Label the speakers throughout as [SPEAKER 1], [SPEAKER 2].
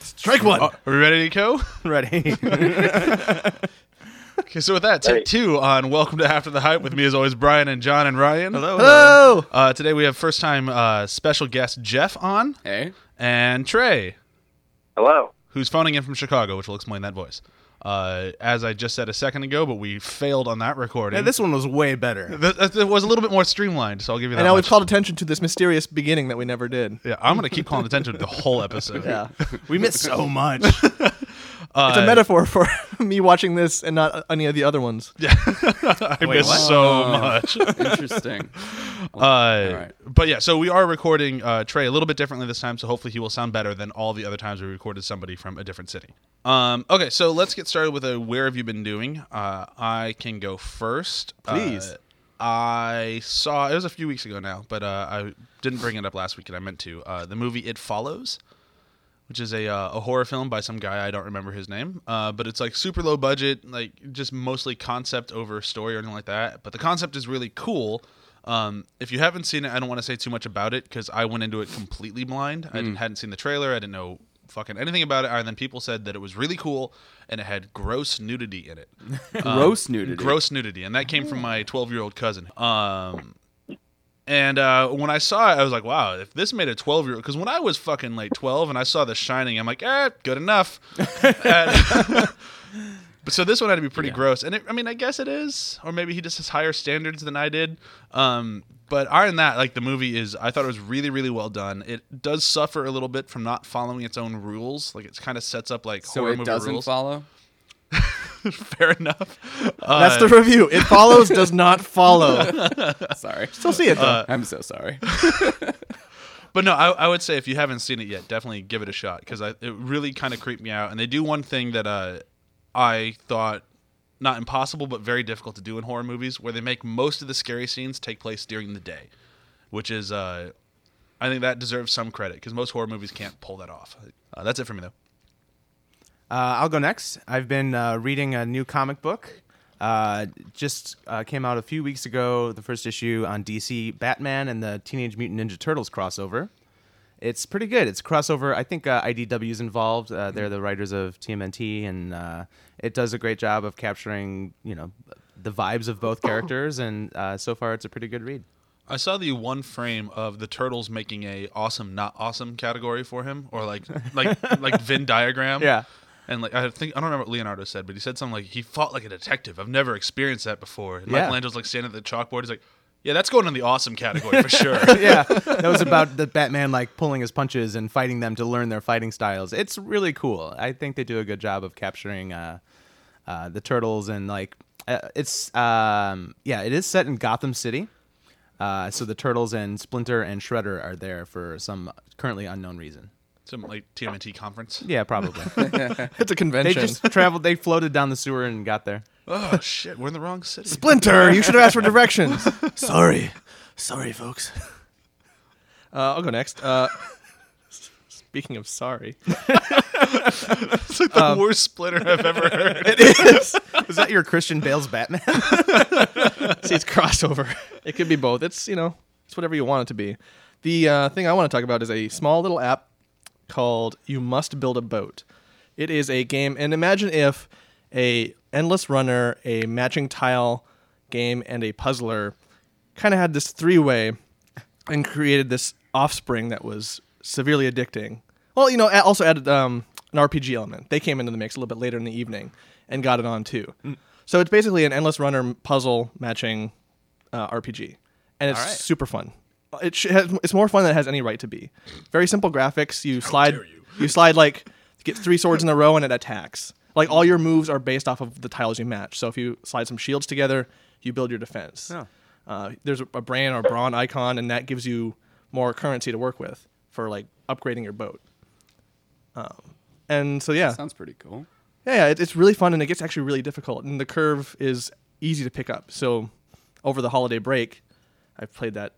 [SPEAKER 1] Strike one.
[SPEAKER 2] Uh, Are we ready to go?
[SPEAKER 1] Ready.
[SPEAKER 2] Okay, so with that, take
[SPEAKER 3] Hey.
[SPEAKER 2] two on Welcome to After the Hype. With me, as always, Brian and John and Ryan.
[SPEAKER 1] Hello.
[SPEAKER 2] Uh, today we have first time uh, special guest Jeff on
[SPEAKER 4] Hey.
[SPEAKER 2] and Trey,
[SPEAKER 3] Hello.
[SPEAKER 2] who's phoning in from Chicago, which will explain that voice. Uh, as I just said a second ago, but we failed on that recording.
[SPEAKER 1] Yeah, this one was way better.
[SPEAKER 2] Th- th- it was a little bit more streamlined, so I'll give you that.
[SPEAKER 5] And now we've
[SPEAKER 2] much.
[SPEAKER 5] called attention to this mysterious beginning that we never did.
[SPEAKER 2] Yeah, I'm gonna keep calling attention to the whole episode.
[SPEAKER 5] Yeah.
[SPEAKER 1] We missed so much.
[SPEAKER 2] Uh,
[SPEAKER 5] It's a metaphor for me watching this and not any of the other ones.
[SPEAKER 2] I miss
[SPEAKER 1] what?
[SPEAKER 2] so much.
[SPEAKER 4] Oh. Interesting.
[SPEAKER 2] Uh,
[SPEAKER 4] right.
[SPEAKER 2] But yeah, so we are recording uh, Trey a little bit differently this time, so hopefully he will sound better than all the other times we recorded somebody from a different city. Um, okay, so let's get started with a where have you been doing? Uh, I can go first.
[SPEAKER 1] Please.
[SPEAKER 2] Uh, I saw it was a few weeks ago now, but uh, I didn't bring it up last week, and I meant to. Uh, the movie It Follows, which is a uh, a horror film by some guy I don't remember his name, uh, but it's like super low budget, like just mostly concept over story or anything like that. But the concept is really cool. Um, if you haven't seen it, I don't want to say too much about it because I went into it completely blind. I didn't, hadn't seen the trailer. I didn't know fucking anything about it. And then people said that it was really cool and it had gross nudity in it.
[SPEAKER 4] Gross nudity.
[SPEAKER 2] Uh, Gross nudity, and that came from my 12 year old cousin. Um, and uh, when I saw it, I was like, wow, if this made a 12 year old, because when I was fucking like 12 and I saw The Shining, I'm like, eh, good enough. And- but so this one had to be pretty gross. And it, I mean, I guess it is, or maybe he just has higher standards than I did. Um, but other than that, like the movie is, I thought it was really, really well done. It does suffer a little bit from not following its own rules. Like it kind of sets up like
[SPEAKER 4] So
[SPEAKER 2] horror
[SPEAKER 4] it
[SPEAKER 2] movie
[SPEAKER 4] doesn't
[SPEAKER 2] rules.
[SPEAKER 4] follow.
[SPEAKER 2] Fair enough.
[SPEAKER 5] That's
[SPEAKER 2] Uh,
[SPEAKER 5] the review. It follows does not follow.
[SPEAKER 4] Sorry.
[SPEAKER 5] Still see it though.
[SPEAKER 2] Uh,
[SPEAKER 4] I'm so sorry.
[SPEAKER 2] But no, I, I would say if you haven't seen it yet, definitely give it a shot because it really kind of creeped me out. And they do one thing that uh, I thought not impossible, but very difficult to do in horror movies, where they make most of the scary scenes take place during the day, which is uh, I think that deserves some credit because most horror movies can't pull that off. Uh, that's it for me though.
[SPEAKER 1] Uh, I'll go next. I've been uh, reading a new comic book. Uh, just uh, came out a few weeks ago, the first issue on DC Batman and the Teenage Mutant Ninja Turtles crossover. It's pretty good. It's a crossover. I think uh, IDW's involved. Uh, they're the writers of TMNT, and uh, it does a great job of capturing, you know, the vibes of both characters. And uh, so far, it's a pretty good read.
[SPEAKER 2] I saw the one frame of the turtles making a awesome not awesome category for him, or like like like Venn diagram.
[SPEAKER 1] Yeah.
[SPEAKER 2] And like I think I don't remember what Leonardo said, but he said something like he fought like a detective. I've never experienced that before. And
[SPEAKER 1] Yeah.
[SPEAKER 2] Michelangelo's like standing at the chalkboard. He's like, yeah, that's going in the awesome category for sure.
[SPEAKER 1] yeah, that was about the Batman like pulling his punches and fighting them to learn their fighting styles. It's really cool. I think they do a good job of capturing uh, uh, the turtles and like uh, it's um, yeah, it is set in Gotham City. Uh, so the turtles and Splinter and Shredder are there for some currently unknown reason.
[SPEAKER 2] Some like TMNT conference.
[SPEAKER 1] Yeah, probably.
[SPEAKER 5] It's
[SPEAKER 1] they
[SPEAKER 5] a convention.
[SPEAKER 1] just traveled. They floated down the sewer and got there.
[SPEAKER 2] Oh shit, we're in the wrong city.
[SPEAKER 5] Splinter, you should have asked for directions.
[SPEAKER 1] Sorry.
[SPEAKER 5] sorry, folks. Uh, I'll go next. Uh, speaking of sorry,
[SPEAKER 2] It's like the worst splitter I've ever heard.
[SPEAKER 1] Is that your Christian Bale's Batman?
[SPEAKER 5] See, it's crossover. It could be both. It's you know, it's whatever you want it to be. The uh, thing I want to talk about is a small little app called "You Must Build a Boat." It is a game, and imagine if a endless runner, a matching tile game, and a puzzler kind of had this three-way and created this offspring that was severely addicting. Well, you know, a- also added um, an RPG element. They came into the mix a little bit later in the evening and got it on too. So it's basically an endless runner m- puzzle matching uh, RPG, and it's
[SPEAKER 2] All right.
[SPEAKER 5] super fun. It sh- has, it's more fun than it has any right to be. Very simple graphics. You slide. You. slide like get three swords in a row and it attacks. Like all your moves are based off of the tiles you match. So if you slide some shields together, you build your defense. Uh, there's a, a brand or brawn icon, and that gives you more currency to work with for like upgrading your boat. Um, and so yeah,
[SPEAKER 4] Sounds pretty cool.
[SPEAKER 5] yeah, yeah it, it's really fun, and it gets actually really difficult. And the curve is easy to pick up. So over the holiday break, I've played that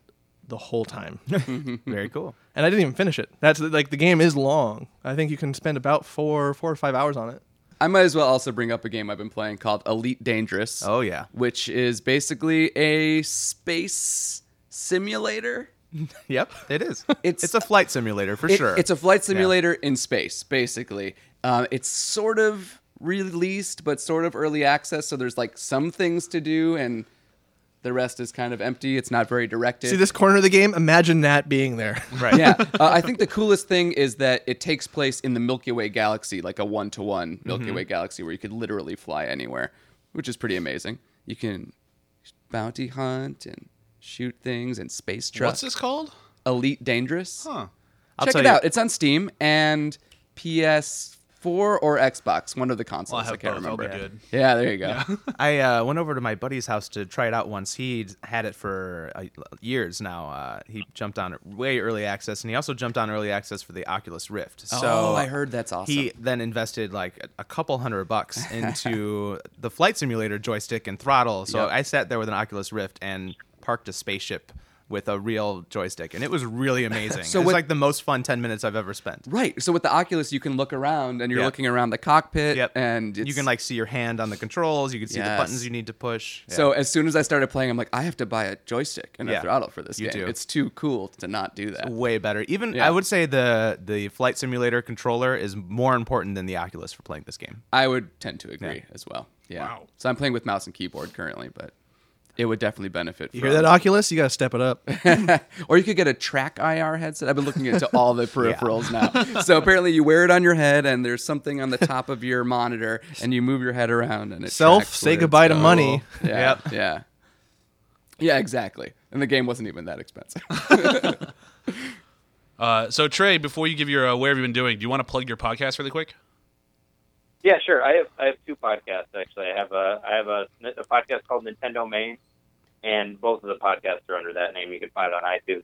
[SPEAKER 5] the whole time, and
[SPEAKER 1] Very cool.
[SPEAKER 5] I didn't even finish it. That's like the game is long. I think you can spend about four, four or five hours on it.
[SPEAKER 4] I might as well also bring up a game I've been playing called Elite
[SPEAKER 5] Oh.
[SPEAKER 4] Dangerous.
[SPEAKER 1] Oh, yeah.
[SPEAKER 4] Which is basically a space simulator.
[SPEAKER 1] Yep, it is.
[SPEAKER 4] It's-
[SPEAKER 1] It's it's a flight simulator for
[SPEAKER 4] It-
[SPEAKER 1] sure.
[SPEAKER 4] It's a flight simulator in space, basically. Um, it's sort of released, but sort of early access. So there's like some things to do, and the rest is kind of empty. It's not very directed.
[SPEAKER 5] See this corner of the game? Imagine that being there.
[SPEAKER 1] right.
[SPEAKER 4] yeah, uh, I think the coolest thing is that it takes place in the Milky Way galaxy, like a one to one Milky Way galaxy, where you could literally fly anywhere, which is pretty amazing. You can bounty hunt and shoot things and space truck.
[SPEAKER 2] What's this called?
[SPEAKER 4] Elite Dangerous.
[SPEAKER 2] Huh.
[SPEAKER 1] I'll
[SPEAKER 4] Check
[SPEAKER 1] tell
[SPEAKER 4] it
[SPEAKER 1] you-
[SPEAKER 4] out. It's on Steam and PS4 or Xbox, one of the consoles.
[SPEAKER 2] I'll have
[SPEAKER 4] I can't
[SPEAKER 2] both. I'll
[SPEAKER 4] remember.
[SPEAKER 2] be good.
[SPEAKER 4] Yeah, there you go.
[SPEAKER 1] I uh, went over to my buddy's house to try it out once. He'd had it for uh, years now. Uh, he jumped on way early access, and he also jumped on early access for the Oculus Rift. So
[SPEAKER 4] Oh, I heard that's awesome.
[SPEAKER 1] He then invested like a- a couple hundred bucks into the flight simulator joystick and throttle. So
[SPEAKER 4] Yep.
[SPEAKER 1] I sat there with an Oculus Rift and parked a spaceship with a real joystick, and it was really amazing.
[SPEAKER 4] So
[SPEAKER 1] it was
[SPEAKER 4] what-
[SPEAKER 1] like the most fun ten minutes I've ever spent.
[SPEAKER 4] Right. So with the Oculus, you can look around and you're
[SPEAKER 1] Yeah.
[SPEAKER 4] looking around the cockpit.
[SPEAKER 1] Yep,
[SPEAKER 4] And it's,
[SPEAKER 1] you can like see your hand on the controls. You can see
[SPEAKER 4] Yes.
[SPEAKER 1] the buttons you need to push. Yeah.
[SPEAKER 4] So as soon as I started playing, I'm like, I have to buy a joystick and a
[SPEAKER 1] Yeah,
[SPEAKER 4] throttle for this
[SPEAKER 1] you
[SPEAKER 4] game.
[SPEAKER 1] do.
[SPEAKER 4] It's too cool to not do that.
[SPEAKER 1] way better. Even
[SPEAKER 4] Yeah.
[SPEAKER 1] I would say the the flight simulator controller is more important than the Oculus for playing this game.
[SPEAKER 4] I would tend to agree as well. Yeah.
[SPEAKER 2] Wow.
[SPEAKER 4] So I'm playing with mouse and keyboard currently, but it would definitely benefit.
[SPEAKER 5] You
[SPEAKER 4] from,
[SPEAKER 5] hear that, Oculus? You got to step it up.
[SPEAKER 4] or you could get a track IR headset. I've been looking into all the peripherals now. So apparently, you wear it on your head, and there's something on the top of your monitor, and you move your head around, and it
[SPEAKER 5] Self,
[SPEAKER 4] tracks
[SPEAKER 5] say
[SPEAKER 4] where it's
[SPEAKER 5] goodbye to
[SPEAKER 4] going.
[SPEAKER 5] money.
[SPEAKER 4] Yeah,
[SPEAKER 1] Yep.
[SPEAKER 4] yeah, yeah, exactly. And the game wasn't even that expensive.
[SPEAKER 2] Uh, so Trey, before you give your uh, where have you been doing, do you want to plug your podcast really quick?
[SPEAKER 3] Yeah, sure. I have I have two podcasts actually. I have a I have a, a podcast called Nintendo Main, and both of the podcasts are under that name. You can find it on iTunes,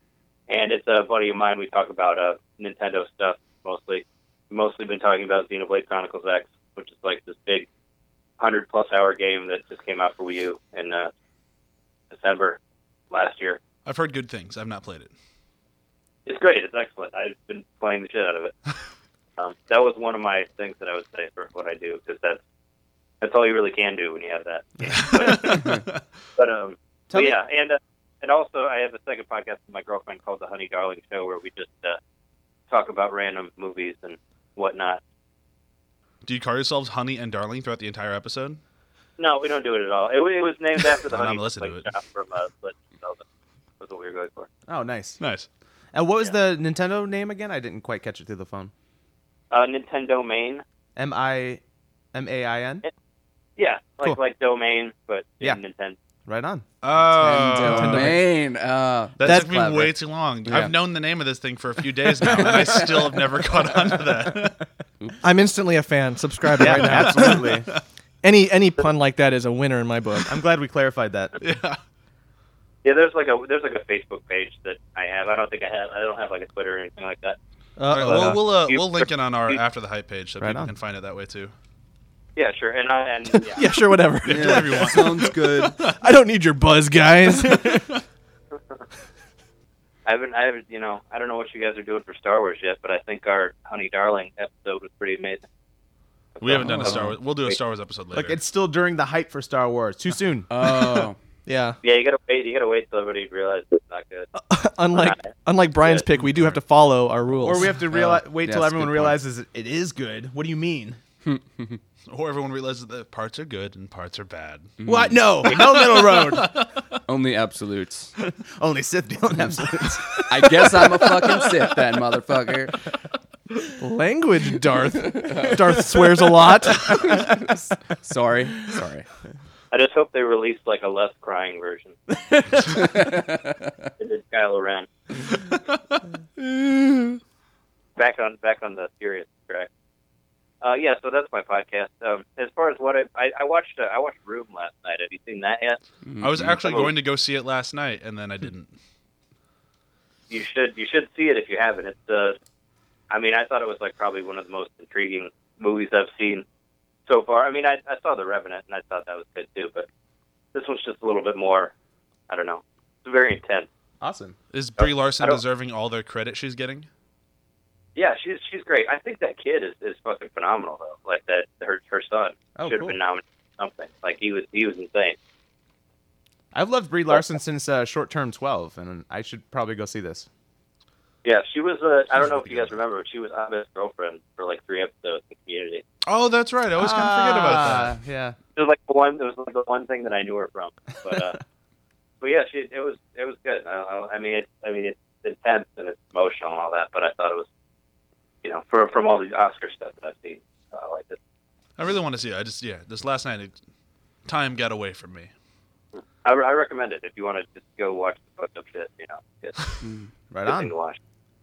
[SPEAKER 3] and it's a buddy of mine. We talk about uh, Nintendo stuff mostly. We've mostly been talking about Xenoblade Chronicles X, which is like this big hundred plus hour game that just came out for Wii U in uh, December last year.
[SPEAKER 2] I've heard good things. I've not played it.
[SPEAKER 3] It's great. It's excellent. I've been playing the shit out of it. Um, that was one of my things that I would say for what I do because that's that's all you really can do when you have that. but um, but
[SPEAKER 1] Tell me-
[SPEAKER 3] yeah, and uh, and also I have a second podcast with my girlfriend called the Honey Darling Show where we just uh, talk about random movies and whatnot.
[SPEAKER 2] Do you call yourselves Honey and Darling throughout the entire episode?
[SPEAKER 3] No, we don't do it at all. It, wa- it was named after the
[SPEAKER 2] I'm not
[SPEAKER 3] honey
[SPEAKER 2] listening
[SPEAKER 3] like,
[SPEAKER 2] to it.
[SPEAKER 3] shop from uh, Split Zelda. That's what we were going for.
[SPEAKER 1] Oh, nice.
[SPEAKER 2] Nice.
[SPEAKER 1] And what was the Nintendo name again? I didn't quite catch it through the phone.
[SPEAKER 3] Uh, Nintendo Main.
[SPEAKER 1] M I M A I N.
[SPEAKER 3] Yeah, like
[SPEAKER 1] Cool.
[SPEAKER 3] like domain, but in
[SPEAKER 1] Yeah.
[SPEAKER 3] Nintendo.
[SPEAKER 1] Right on.
[SPEAKER 2] Oh,
[SPEAKER 4] Domain. Uh,
[SPEAKER 2] that
[SPEAKER 5] That's
[SPEAKER 2] took me
[SPEAKER 4] clever.
[SPEAKER 2] way too long.
[SPEAKER 4] Yeah.
[SPEAKER 2] I've known the name of this thing for a few days now, and I still have never caught on to that.
[SPEAKER 5] I'm instantly a fan. Subscribe right now.
[SPEAKER 1] Absolutely.
[SPEAKER 5] Any any pun like that is a winner in my book.
[SPEAKER 1] I'm glad we clarified that.
[SPEAKER 3] Yeah, there's like a there's like a Facebook page that I have. I don't think I have. I don't have like a Twitter or anything like that.
[SPEAKER 2] All right,
[SPEAKER 5] Uh,
[SPEAKER 2] well, we'll uh,
[SPEAKER 3] you-
[SPEAKER 2] we'll link it on our
[SPEAKER 3] you-
[SPEAKER 2] after the hype page so
[SPEAKER 1] Right
[SPEAKER 2] people
[SPEAKER 1] on.
[SPEAKER 2] can find it that way too.
[SPEAKER 3] Yeah, sure. And I and yeah,
[SPEAKER 5] yeah, sure, whatever.
[SPEAKER 2] Everyone.
[SPEAKER 4] sounds good.
[SPEAKER 5] I don't need your buzz, guys.
[SPEAKER 3] I haven't. I haven't. You know, I don't know what you guys are doing for Star Wars yet, but I think our Honey Darling episode was pretty amazing.
[SPEAKER 2] We haven't done a
[SPEAKER 3] Oh.
[SPEAKER 2] Star Wars. We'll do a Star Wars episode later.
[SPEAKER 1] Like it's still during the hype for Star Wars. Too soon.
[SPEAKER 4] Oh,
[SPEAKER 5] yeah.
[SPEAKER 3] Yeah, you gotta wait. You gotta wait till everybody realizes it's not good.
[SPEAKER 5] Unlike unlike Brian's pick, we do have to follow our rules.
[SPEAKER 1] or we have to realize wait
[SPEAKER 4] yeah,
[SPEAKER 1] till
[SPEAKER 4] Oh, that's a
[SPEAKER 1] everyone
[SPEAKER 4] good point.
[SPEAKER 1] realizes it- it is good. What do you mean?
[SPEAKER 2] or everyone realizes that parts are good and parts are bad.
[SPEAKER 4] Hmm.
[SPEAKER 1] What? No. No middle road.
[SPEAKER 4] only absolutes.
[SPEAKER 1] Only Sith deal in absolutes.
[SPEAKER 4] I guess I'm a fucking Sith then, motherfucker.
[SPEAKER 5] language, Darth. Darth swears a lot.
[SPEAKER 4] Sorry, sorry.
[SPEAKER 3] I just hope they release like a less crying version. it is Kylo Ren. back on back on the serious track. Uh, yeah, so that's my podcast. Um, as far as what I I, I watched, uh, I watched Room last night. Have you seen that yet?
[SPEAKER 2] I was actually
[SPEAKER 3] Oh.
[SPEAKER 2] going to go see it last night, and then I didn't.
[SPEAKER 3] you should you should see it if you haven't. It's uh, I mean, I thought it was like probably one of the most intriguing movies I've seen so far. I mean, I, I saw The Revenant and I thought that was good too, but this one's just a little bit more. I don't know. It's very intense.
[SPEAKER 1] awesome.
[SPEAKER 2] Is Brie Larson
[SPEAKER 3] I don't-
[SPEAKER 2] deserving all the credit she's getting?
[SPEAKER 3] Yeah, she's she's great. I think that kid is, is fucking phenomenal though. Like that her her son
[SPEAKER 1] Oh,
[SPEAKER 3] should have
[SPEAKER 1] cool.
[SPEAKER 3] been nominated for something. Like he was he was insane.
[SPEAKER 1] I've loved Brie Larson since uh, Short Term 12, and I should probably go see this.
[SPEAKER 3] Yeah, she was. Uh, I don't know if you guys remember, but she was Abed's girlfriend for like three episodes in Community.
[SPEAKER 2] Oh, that's right. I always kind of forget about that.
[SPEAKER 1] Ah, Yeah.
[SPEAKER 3] It was like the one. It was like the one thing that I knew her from. But uh, but yeah, she. It was it was good. I, I, I mean, it, I mean, it's intense and it's emotional and all that. But I thought it was, you know, for from all the Oscar stuff that I've seen, uh, I liked it.
[SPEAKER 2] I really want to see it. I just yeah, this last night, it, time got away from me.
[SPEAKER 3] I, I recommend it if you want to just go watch the fucked up shit. You know, it's a
[SPEAKER 1] Right
[SPEAKER 3] good thing
[SPEAKER 1] on.
[SPEAKER 3] to watch.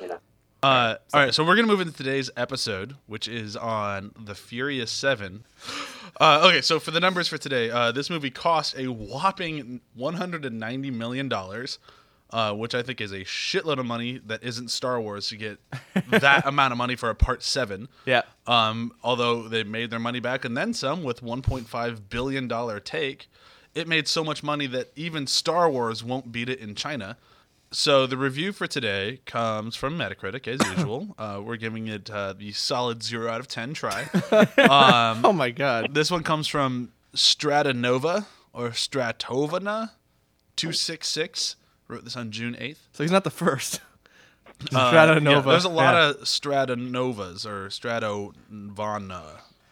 [SPEAKER 3] you know.
[SPEAKER 2] Uh, all right, so we're gonna move into today's episode, which is on the Furious Seven. Uh, okay, so for the numbers for today, uh, this movie cost a whopping 190 million dollars, uh, which I think is a shitload of money that isn't Star Wars to get that amount of money for a Part Seven.
[SPEAKER 1] Yeah.
[SPEAKER 2] Um, although they made their money back and then some with 1.5 billion dollar take, it made so much money that even Star Wars won't beat it in China. So the review for today comes from Metacritic as usual. uh, we're giving it uh, the solid zero out of ten try. um,
[SPEAKER 5] Oh my god.
[SPEAKER 2] this one comes from Stratanova or Stratovana, two six six. Wrote this on June eighth.
[SPEAKER 5] So he's not the first.
[SPEAKER 2] Uh, yeah,
[SPEAKER 5] Stratanova.
[SPEAKER 2] there's a lot
[SPEAKER 5] Yeah.
[SPEAKER 2] of Stratanovas or Stratovana.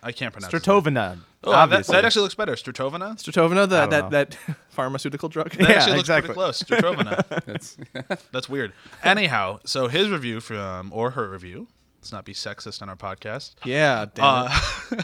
[SPEAKER 2] I can't pronounce. it.
[SPEAKER 1] Stratovana.
[SPEAKER 2] Oh, that,
[SPEAKER 1] obviously.
[SPEAKER 2] that actually looks better. Stratovana? That
[SPEAKER 5] Stratovana, the,
[SPEAKER 1] don't
[SPEAKER 5] that that pharmaceutical drug.
[SPEAKER 1] Yeah,
[SPEAKER 2] actually looks pretty
[SPEAKER 1] exactly.
[SPEAKER 2] close. Stratovana.
[SPEAKER 4] That's
[SPEAKER 2] That's weird. Anyhow, so his review from, or her review, let's not be sexist on our podcast.
[SPEAKER 5] Yeah, damn it.
[SPEAKER 2] Uh,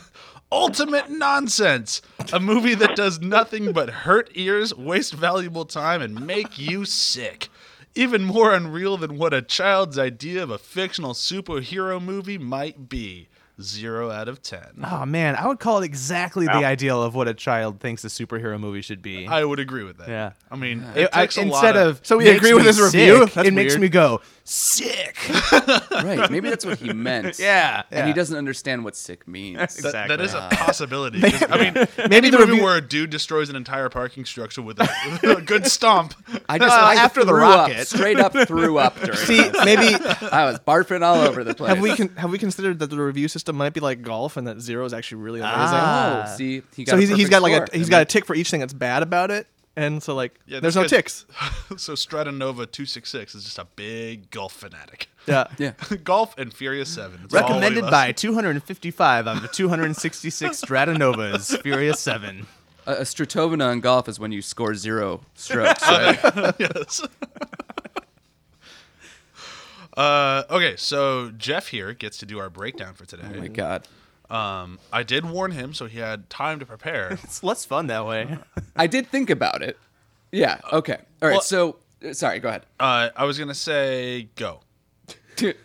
[SPEAKER 2] ultimate nonsense. A movie that does nothing but hurt ears, waste valuable time, and make you sick. Even more unreal than what a child's idea of a fictional superhero movie might be. Zero out of ten.
[SPEAKER 1] Oh man, I would call it exactly the ideal of what a child thinks a superhero movie should be.
[SPEAKER 2] I would agree with that.
[SPEAKER 1] Yeah.
[SPEAKER 2] I mean,
[SPEAKER 1] It-
[SPEAKER 2] it
[SPEAKER 1] I-
[SPEAKER 2] takes a lot
[SPEAKER 1] instead of,
[SPEAKER 5] So we
[SPEAKER 1] makes
[SPEAKER 5] agree with
[SPEAKER 1] me
[SPEAKER 5] his review?
[SPEAKER 1] sick,
[SPEAKER 5] That's
[SPEAKER 1] it makes
[SPEAKER 5] weird.
[SPEAKER 1] me go sick.
[SPEAKER 4] right. Maybe that's what he meant.
[SPEAKER 1] yeah,
[SPEAKER 4] And he doesn't understand what sick means.
[SPEAKER 1] That-
[SPEAKER 2] That is a
[SPEAKER 4] Exactly.
[SPEAKER 2] possibility. 'cause, I mean, maybe
[SPEAKER 5] Maybe
[SPEAKER 2] the
[SPEAKER 5] the
[SPEAKER 2] movie
[SPEAKER 5] review-
[SPEAKER 2] where a dude destroys an entire parking structure with a, with a good stomp.
[SPEAKER 4] I just
[SPEAKER 1] Well,
[SPEAKER 4] I
[SPEAKER 1] after the
[SPEAKER 4] threw up,
[SPEAKER 1] rocket.
[SPEAKER 4] straight up threw up during.
[SPEAKER 5] See,
[SPEAKER 4] this.
[SPEAKER 5] maybe
[SPEAKER 4] I was barfing all over the place.
[SPEAKER 5] have we con- have we considered that the review system might be like golf and that zero is actually really amazing?
[SPEAKER 1] Ah.
[SPEAKER 4] Oh, see, he got
[SPEAKER 5] so
[SPEAKER 4] a
[SPEAKER 5] he's, he's
[SPEAKER 4] perfect
[SPEAKER 5] got like a
[SPEAKER 4] score.
[SPEAKER 5] he's
[SPEAKER 4] I
[SPEAKER 5] got
[SPEAKER 4] mean,
[SPEAKER 5] a tick for each thing that's bad about it, and so like
[SPEAKER 2] Yeah,
[SPEAKER 5] there's
[SPEAKER 2] this
[SPEAKER 5] no
[SPEAKER 2] guy's-
[SPEAKER 5] ticks.
[SPEAKER 2] so Stratanova 266 is just a big golf fanatic.
[SPEAKER 5] Yeah,
[SPEAKER 4] Yeah.
[SPEAKER 2] golf and Furious 7. It's all he
[SPEAKER 1] Recommended
[SPEAKER 2] loves.
[SPEAKER 1] by 255 out of 266 Stratanovas, Furious 7.
[SPEAKER 4] A, a Stratovana in golf is when you score zero strokes. Oh Right?
[SPEAKER 2] yes. Uh, okay, so Jeff here gets to do our breakdown for today.
[SPEAKER 4] oh my god.
[SPEAKER 2] Um, I did warn him, so he had time to prepare.
[SPEAKER 1] It's less fun that way.
[SPEAKER 4] I did think about it. Yeah. Okay. All right.
[SPEAKER 2] Well-
[SPEAKER 4] so uh, sorry. Go ahead.
[SPEAKER 2] Uh, I was gonna say go.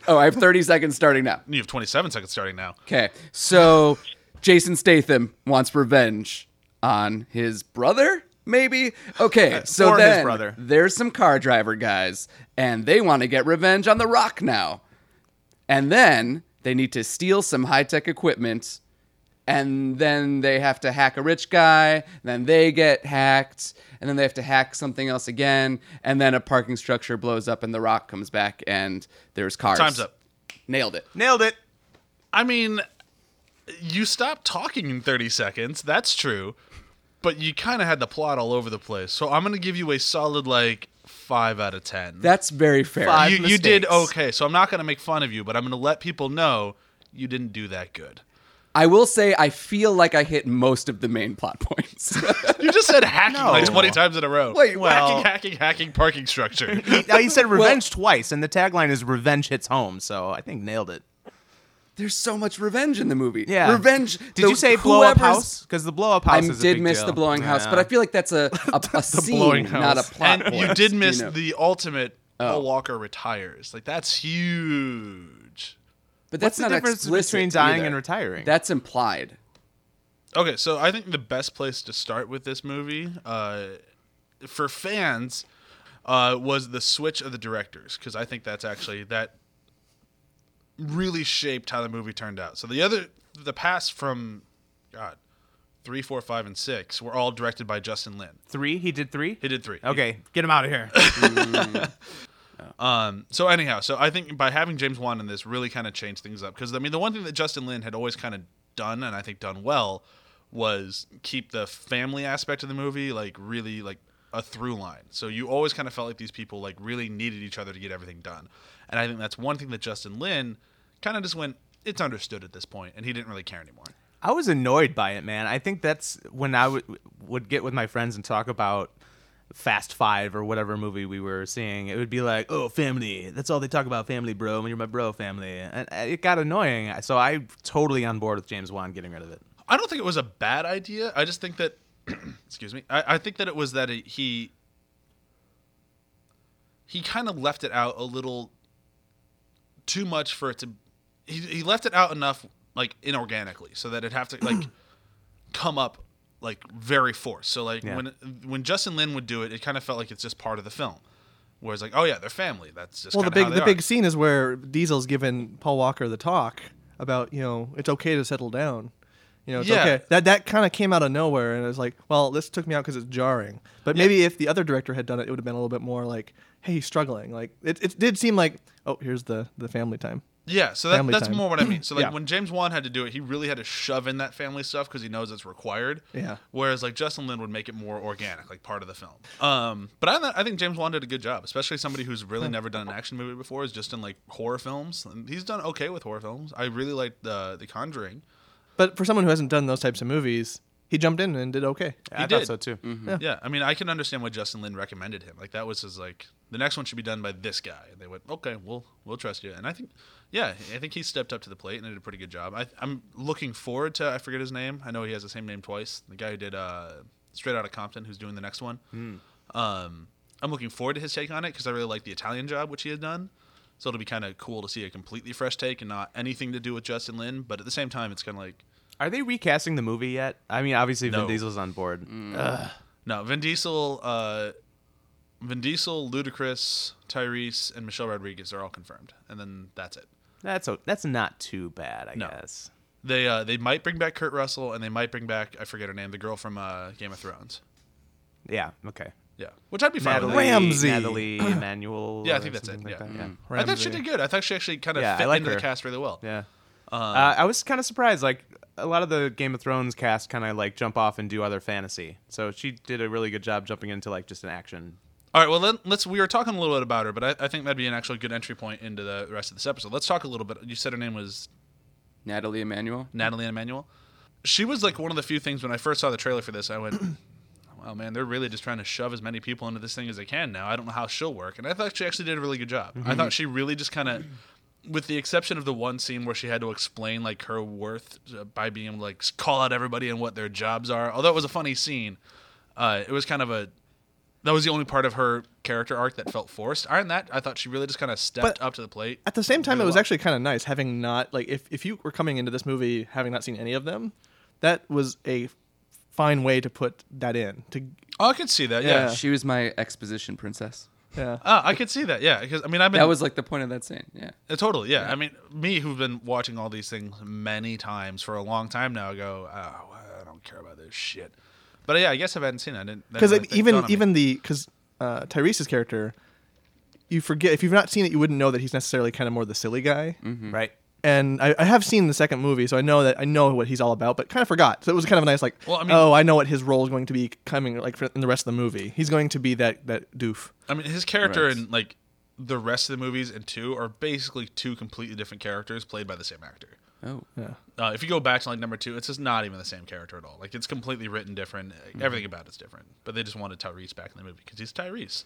[SPEAKER 4] Oh, I have 30 seconds starting now.
[SPEAKER 2] You have 27 seconds starting now.
[SPEAKER 4] Okay. So Jason Statham wants revenge on his brother, maybe? Okay. So
[SPEAKER 1] Uh, Or his
[SPEAKER 4] then
[SPEAKER 1] brother.
[SPEAKER 4] there's some car driver guys, and they want to get revenge on The Rock now. And then they need to steal some high tech equipment. And then they have to hack a rich guy. Then they get hacked. And then they have to hack something else again. And then a parking structure blows up, and The Rock comes back, and there's cars.
[SPEAKER 2] Time's up.
[SPEAKER 4] Nailed it.
[SPEAKER 1] Nailed it.
[SPEAKER 2] I mean, you stopped talking in 30 seconds. That's true. But you kind of had the plot all over the place. So I'm going to give you a solid, like, 5 out of 10.
[SPEAKER 4] That's very fair.
[SPEAKER 1] Five
[SPEAKER 2] you, you did
[SPEAKER 1] mistakes.
[SPEAKER 2] okay. So I'm not going to make fun of you, but I'm going to let people know you didn't do that good.
[SPEAKER 4] I will say I feel like I hit most of the main plot points.
[SPEAKER 2] You just said hacking like 20 times in a row.
[SPEAKER 4] Wait, well-
[SPEAKER 2] hacking, hacking, hacking, parking structure.
[SPEAKER 1] Now, he said revenge twice, and the tagline is revenge hits home, so I think nailed it.
[SPEAKER 4] There's so much revenge in the movie.
[SPEAKER 1] Yeah.
[SPEAKER 4] Revenge.
[SPEAKER 1] Did
[SPEAKER 4] the-
[SPEAKER 1] you say blow up
[SPEAKER 4] whoever's-
[SPEAKER 1] house? Because the blow up
[SPEAKER 4] I
[SPEAKER 1] house is a
[SPEAKER 4] did
[SPEAKER 1] big
[SPEAKER 4] miss
[SPEAKER 1] deal.
[SPEAKER 4] the blowing house,
[SPEAKER 1] Yeah.
[SPEAKER 4] but I feel like that's a, a, a scene,
[SPEAKER 5] blowing
[SPEAKER 4] not a
[SPEAKER 5] house.
[SPEAKER 4] plot
[SPEAKER 2] and you
[SPEAKER 4] point,
[SPEAKER 2] did miss
[SPEAKER 4] know. Oh.
[SPEAKER 2] the ultimate Paul Walker retires. Like, that's huge.
[SPEAKER 4] But that's
[SPEAKER 1] What's the
[SPEAKER 4] not
[SPEAKER 1] difference
[SPEAKER 4] explicit
[SPEAKER 1] between dying
[SPEAKER 4] either.
[SPEAKER 1] and retiring?
[SPEAKER 4] That's implied.
[SPEAKER 2] Okay, so I think the best place to start with this movie, uh, for fans, uh, was the switch of the directors because I think that's actually that really shaped how the movie turned out. So the other, the pass from, God, three, four, five, and six were all directed by Justin Lin.
[SPEAKER 1] three? He did three?
[SPEAKER 2] He did three.
[SPEAKER 1] Okay, get him out of here.
[SPEAKER 2] Um, so anyhow, so I think by having James Wan in this really kind of changed things up because I mean the one thing that Justin Lin had always kind of done and I think done well was keep the family aspect of the movie like really like a through line. So you always kind of felt like these people like really needed each other to get everything done. And I think that's one thing that Justin Lin kind of just went it's understood at this point and he didn't really care anymore.
[SPEAKER 1] I was annoyed by it, man. I think that's when I would would get with my friends and talk about Fast Five or whatever movie we were seeing. It would be like, "Oh, family. That's all they talk about, family, bro. And you're my bro, family." And uh, it got annoying. So I totally on board with James Wan getting rid of it.
[SPEAKER 2] I don't think it was a bad idea. I just think that, excuse me, I, I think that it was that it, he he kind of left it out a little too much for it to. He, he left it out enough, like inorganically, so that it'd have to like come up like very forced. So like
[SPEAKER 1] Yeah.
[SPEAKER 2] when when Justin Lin would do it, it kind of felt like it's just part of the film. Whereas like, oh yeah, they're family. That's just
[SPEAKER 5] Well, the
[SPEAKER 2] kinda
[SPEAKER 5] big
[SPEAKER 2] how
[SPEAKER 5] the
[SPEAKER 2] they are.
[SPEAKER 5] big scene is where Diesel's giving Paul Walker the talk about you know it's okay to settle down. You know, it's
[SPEAKER 2] Yeah.
[SPEAKER 5] okay. That that kind of came out of nowhere, and it was like, well, this took me out because it's jarring. But maybe if the other director had done it, it would have been a little bit more like, hey, he's struggling. Like it, it did seem like, oh, here's the the family time.
[SPEAKER 2] Yeah, so that,
[SPEAKER 5] Family
[SPEAKER 2] that's
[SPEAKER 5] time.
[SPEAKER 2] more what I mean. So like
[SPEAKER 5] Yeah.
[SPEAKER 2] when James Wan had to do it, he really had to shove in that family stuff because he knows it's required.
[SPEAKER 5] Yeah.
[SPEAKER 2] Whereas like Justin Lin would make it more organic, like part of the film. Um, but I, th- I think James Wan did a good job, especially somebody who's really never done an action movie before, is just in like horror films. And he's done okay with horror films. I really liked uh, the The Conjuring.
[SPEAKER 5] But for someone who hasn't done those types of movies, he jumped in and did okay.
[SPEAKER 1] I
[SPEAKER 2] did.
[SPEAKER 1] thought so too.
[SPEAKER 2] Yeah. I mean, I can understand why Justin Lin recommended him. Like that was his like the next one should be done by this guy. And they went, okay, we'll we'll trust you. And I think, yeah, I think he stepped up to the plate and did a pretty good job. I, I'm looking forward to. I forget his name. I know he has the same name twice. The guy who did uh, Straight Outta Compton, who's doing the next one. Um, I'm looking forward to his take on it because I really like the Italian job which he had done. So it'll be kind of cool to see a completely fresh take and not anything to do with Justin Lin. But at the same time, it's kind of like
[SPEAKER 1] Are they recasting the movie yet? I mean, obviously
[SPEAKER 2] No. Mm.
[SPEAKER 1] Vin Diesel's on board.
[SPEAKER 2] No, Vin Diesel, uh, Vin Diesel, Ludacris, Tyrese, and Michelle Rodriguez are all confirmed, and then that's it.
[SPEAKER 1] That's o that's not too bad, I
[SPEAKER 2] No.
[SPEAKER 1] guess.
[SPEAKER 2] They uh, they might bring back Kurt Russell, and they might bring back I forget her name, the girl from uh, Game of Thrones.
[SPEAKER 1] Yeah. Okay.
[SPEAKER 2] Yeah, which I'd be fine
[SPEAKER 1] Natalie
[SPEAKER 2] with. that.
[SPEAKER 5] Ramsey.
[SPEAKER 1] Natalie Emanuel.
[SPEAKER 2] Yeah, I
[SPEAKER 1] or
[SPEAKER 2] think that's it,
[SPEAKER 1] something
[SPEAKER 2] yeah. Mm.
[SPEAKER 1] Like that. yeah.
[SPEAKER 2] I thought she did good. I thought she actually kind of
[SPEAKER 1] Yeah, I
[SPEAKER 2] fit
[SPEAKER 1] like
[SPEAKER 2] into
[SPEAKER 1] her.
[SPEAKER 2] the cast really well.
[SPEAKER 1] Yeah. uh, I was kind of surprised. Like a lot of the Game of Thrones cast kind of like jump off and do other fantasy. So she did a really good job jumping into like just an action.
[SPEAKER 2] All right. Well, then let's. We were talking a little bit about her, but I, I think that'd be an actual good entry point into the rest of this episode. Let's talk a little bit. You said her name was
[SPEAKER 4] Natalie Emanuel.
[SPEAKER 2] Natalie Emanuel. She was like one of the few things when I first saw the trailer for this, I went, "Wow, man, they're really just trying to shove as many people into this thing as they can now." I don't know how she'll work, and I thought she actually did a really good job.
[SPEAKER 5] Mm-hmm.
[SPEAKER 2] I thought she really just kind of, with the exception of the one scene where she had to explain like her worth uh, by being able to, like s- call out everybody and what their jobs are. Although it was a funny scene, uh, it was kind of a. That was the only part of her character arc that felt forced. Other than that, I thought she really just kind of stepped
[SPEAKER 5] But-
[SPEAKER 2] up to the plate.
[SPEAKER 5] At the same time,
[SPEAKER 2] really
[SPEAKER 5] it was
[SPEAKER 2] well.
[SPEAKER 5] actually kind of nice having not like if if you were coming into this movie having not seen any of them, that was a fine way to put that in. To
[SPEAKER 2] Oh, I could see that. Yeah.
[SPEAKER 5] Yeah.
[SPEAKER 4] She was my exposition princess.
[SPEAKER 5] yeah,
[SPEAKER 2] Ah, I could see that. Yeah, because I mean, I've been
[SPEAKER 4] That was like the point of that scene. Yeah.
[SPEAKER 2] Uh, totally, yeah. I mean, me who've been watching all these things many times for a long time now, I go, oh, I don't care about this shit. But uh, yeah, I guess if I hadn't seen it, I didn't. that
[SPEAKER 5] because
[SPEAKER 2] didn't really
[SPEAKER 5] even
[SPEAKER 2] dawn on me.
[SPEAKER 5] even the because uh, Tyrese's character, you forget if you've not seen it, you wouldn't know that he's necessarily kind of more the silly guy.
[SPEAKER 2] Mm-hmm.
[SPEAKER 1] Right.
[SPEAKER 5] And I, I have seen the second movie, so I know that I know what he's all about, but kind of forgot. So it was kind of a nice like,
[SPEAKER 2] Well, I mean-
[SPEAKER 5] oh, I know what his role is going to be coming like for, in the rest of the movie. He's going to be that that doof.
[SPEAKER 2] I mean, his character
[SPEAKER 4] Right.
[SPEAKER 2] and like the rest of the movies and two are basically two completely different characters played by the same actor.
[SPEAKER 4] Oh.
[SPEAKER 2] Uh, if you go back to like number two, it's just not even the same character at all. Like it's completely written different. Uh, Everything about it's different. But they just wanted Tyrese back in the movie because he's Tyrese.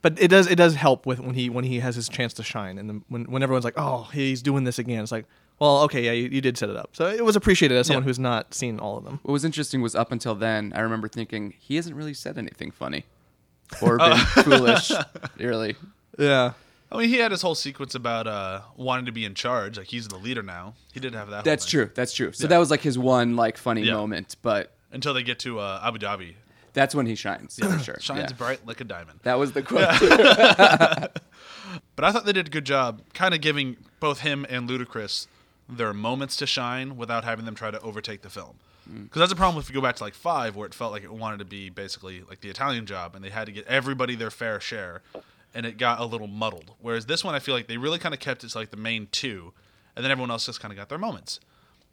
[SPEAKER 5] But it does it does help with when he when he has his chance to shine and the, when when everyone's like, oh, he's doing this again. It's like, well, okay, yeah, you, you did set it up. So it was appreciated as someone
[SPEAKER 2] Yeah.
[SPEAKER 5] who's not seen all of them.
[SPEAKER 4] What was interesting was up until then, I remember thinking he hasn't really said anything funny or been foolish, really.
[SPEAKER 5] Yeah,
[SPEAKER 2] I mean, he had his whole sequence about uh, wanting to be in charge. Like he's the leader now. He did have that. whole
[SPEAKER 4] That's
[SPEAKER 2] thing.
[SPEAKER 4] true. That's true. So that was like his one like funny
[SPEAKER 2] Yeah.
[SPEAKER 4] moment, but
[SPEAKER 2] until they get to uh, Abu Dhabi.
[SPEAKER 4] that's when he shines for sure.
[SPEAKER 2] Shines
[SPEAKER 4] Yeah.
[SPEAKER 2] bright like a diamond.
[SPEAKER 4] That was the quote. too.
[SPEAKER 2] But I thought they did a good job kind of giving both him and Ludacris their moments to shine without having them try to overtake the film. Because that's a problem if you go back to like five, where it felt like it wanted to be basically like the Italian job and they had to get everybody their fair share and it got a little muddled. Whereas this one, I feel like they really kind of kept it to like the main two and then everyone else just kind of got their moments.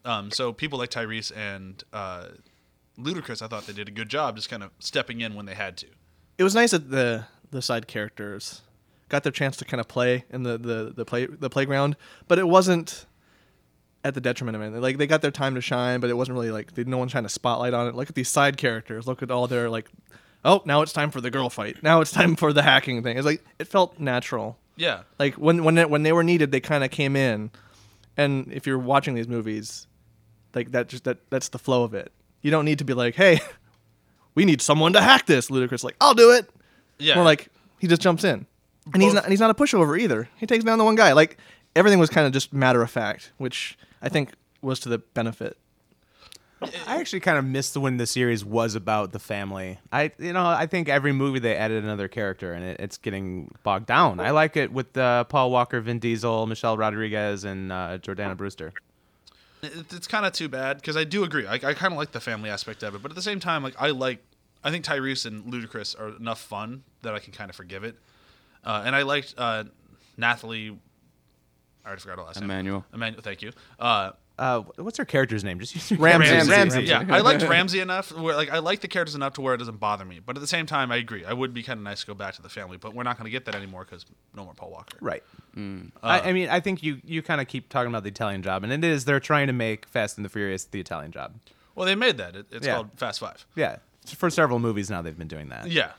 [SPEAKER 2] Um, so people like Tyrese and uh, ludicrous. I thought they did a good job just kind of stepping in when they had to.
[SPEAKER 5] it was nice that the the side characters got their chance to kind of play in the the the play the playground, but it wasn't at the detriment of anything. Like they got their time to shine, but it wasn't really like they, no one shined a spotlight on it. Look at these side characters. Look at all their like. Oh, now it's time for the girl fight. Now it's time for the hacking thing. It's like it felt natural.
[SPEAKER 2] Yeah.
[SPEAKER 5] Like when when it, when they were needed, they kind of came in. And if you're watching these movies, like that just that that's the flow of it. You don't need to be like, "Hey, we need someone to hack this." Ludacris like, "I'll do it."
[SPEAKER 2] Yeah.
[SPEAKER 5] More like he just jumps in, and he's
[SPEAKER 2] Both-
[SPEAKER 5] not and he's not a pushover either. He takes down the one guy. Like everything was kind of just matter of fact, which I think was to the benefit.
[SPEAKER 1] I actually kind of missed when the series was about the family. I, you know, I think every movie they added another character, and it, it's getting bogged down. I like it with uh, Paul Walker, Vin Diesel, Michelle Rodriguez, and uh, Jordana Brewster.
[SPEAKER 2] It- it's kind of too bad because I do agree. I, I kind of like the family aspect of it, but at the same time, like I like, I think Tyrese and Ludacris are enough fun that I can kind of forgive it. Uh, and I liked uh, Nathalie. I already forgot her last name.
[SPEAKER 4] Emmanuel.
[SPEAKER 2] Emmanuel, thank you. Uh,
[SPEAKER 1] Uh, what's her character's name? Just use your
[SPEAKER 5] Ramsey.
[SPEAKER 1] character's name.
[SPEAKER 5] Ramsey.
[SPEAKER 2] Yeah, I liked Ramsey enough where like I like the characters enough to where it doesn't bother me. But at the same time, I agree. I would be kind of nice to go back to the family, but we're not going to get that anymore because no more Paul Walker.
[SPEAKER 1] Right. I, I mean, I think you you kind of keep talking about the Italian job, and it is they're trying to make Fast and the Furious the Italian job.
[SPEAKER 2] Well, they made that. It, it's
[SPEAKER 1] Yeah.
[SPEAKER 2] called Fast Five.
[SPEAKER 1] Yeah, for several movies now they've been doing that.
[SPEAKER 2] Yeah.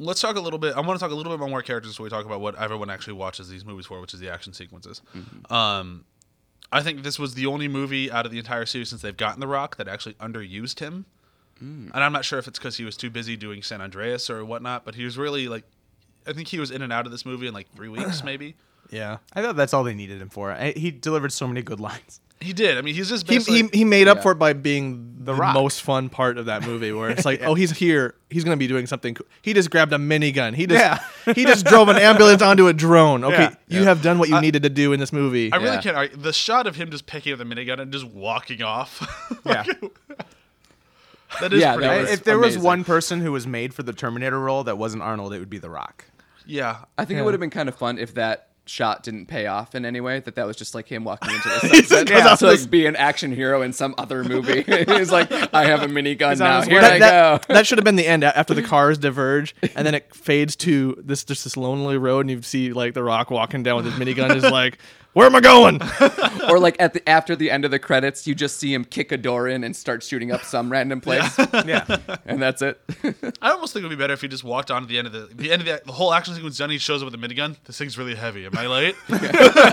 [SPEAKER 2] Let's talk a little bit. I want to talk a little bit about more characters before we talk about what everyone actually watches these movies for, which is the action sequences. Um, I think this was the only movie out of the entire series since they've gotten The Rock that actually underused him. And I'm not sure if it's because he was too busy doing San Andreas or whatnot, but he was really like, I think he was in and out of this movie in like three weeks, maybe.
[SPEAKER 5] Yeah,
[SPEAKER 1] I thought that's all they needed him for. I, he delivered so many good lines.
[SPEAKER 2] He did. I mean, he's just
[SPEAKER 5] he,
[SPEAKER 2] basically-
[SPEAKER 5] he, he made up
[SPEAKER 4] Yeah.
[SPEAKER 5] for it by being the,
[SPEAKER 1] Rock.
[SPEAKER 5] most fun part of that movie, where it's like, oh, he's here, he's gonna be doing something. Cool. He just grabbed a minigun. He just he just drove an ambulance onto a drone. Okay,
[SPEAKER 1] Yeah.
[SPEAKER 5] you have done what you needed to do in this movie.
[SPEAKER 2] I really
[SPEAKER 4] Yeah.
[SPEAKER 2] can't. argue- The shot of him just picking up the minigun and just walking off.
[SPEAKER 1] Yeah.
[SPEAKER 2] that is pretty.
[SPEAKER 4] Yeah, that
[SPEAKER 2] awesome.
[SPEAKER 4] was-
[SPEAKER 1] if there was
[SPEAKER 4] amazing.
[SPEAKER 1] one person who was made for the Terminator role that wasn't Arnold, it would be The Rock.
[SPEAKER 2] yeah.
[SPEAKER 4] I think
[SPEAKER 5] Yeah.
[SPEAKER 4] it would have been kind of fun if that shot didn't pay off in any way. That that was just like him walking into the sunset
[SPEAKER 1] goes off
[SPEAKER 4] to like be an action hero in some other movie. He's like, I have a minigun
[SPEAKER 1] on
[SPEAKER 4] now.
[SPEAKER 1] his
[SPEAKER 4] Here
[SPEAKER 1] way-
[SPEAKER 5] that,
[SPEAKER 4] I
[SPEAKER 5] that,
[SPEAKER 4] go.
[SPEAKER 5] that should have been the end a- after the cars diverge and then it fades to this just this lonely road and you see like the rock walking down with his minigun is like where am i going
[SPEAKER 4] or like at the after the end of the credits, you just see him kick a door in and start shooting up some random place,
[SPEAKER 1] Yeah.
[SPEAKER 4] and that's it.
[SPEAKER 2] I almost think it would be better if he just walked on to the end of the the end of the, the whole action sequence done. He shows up with a minigun. This thing's really heavy. Am I late?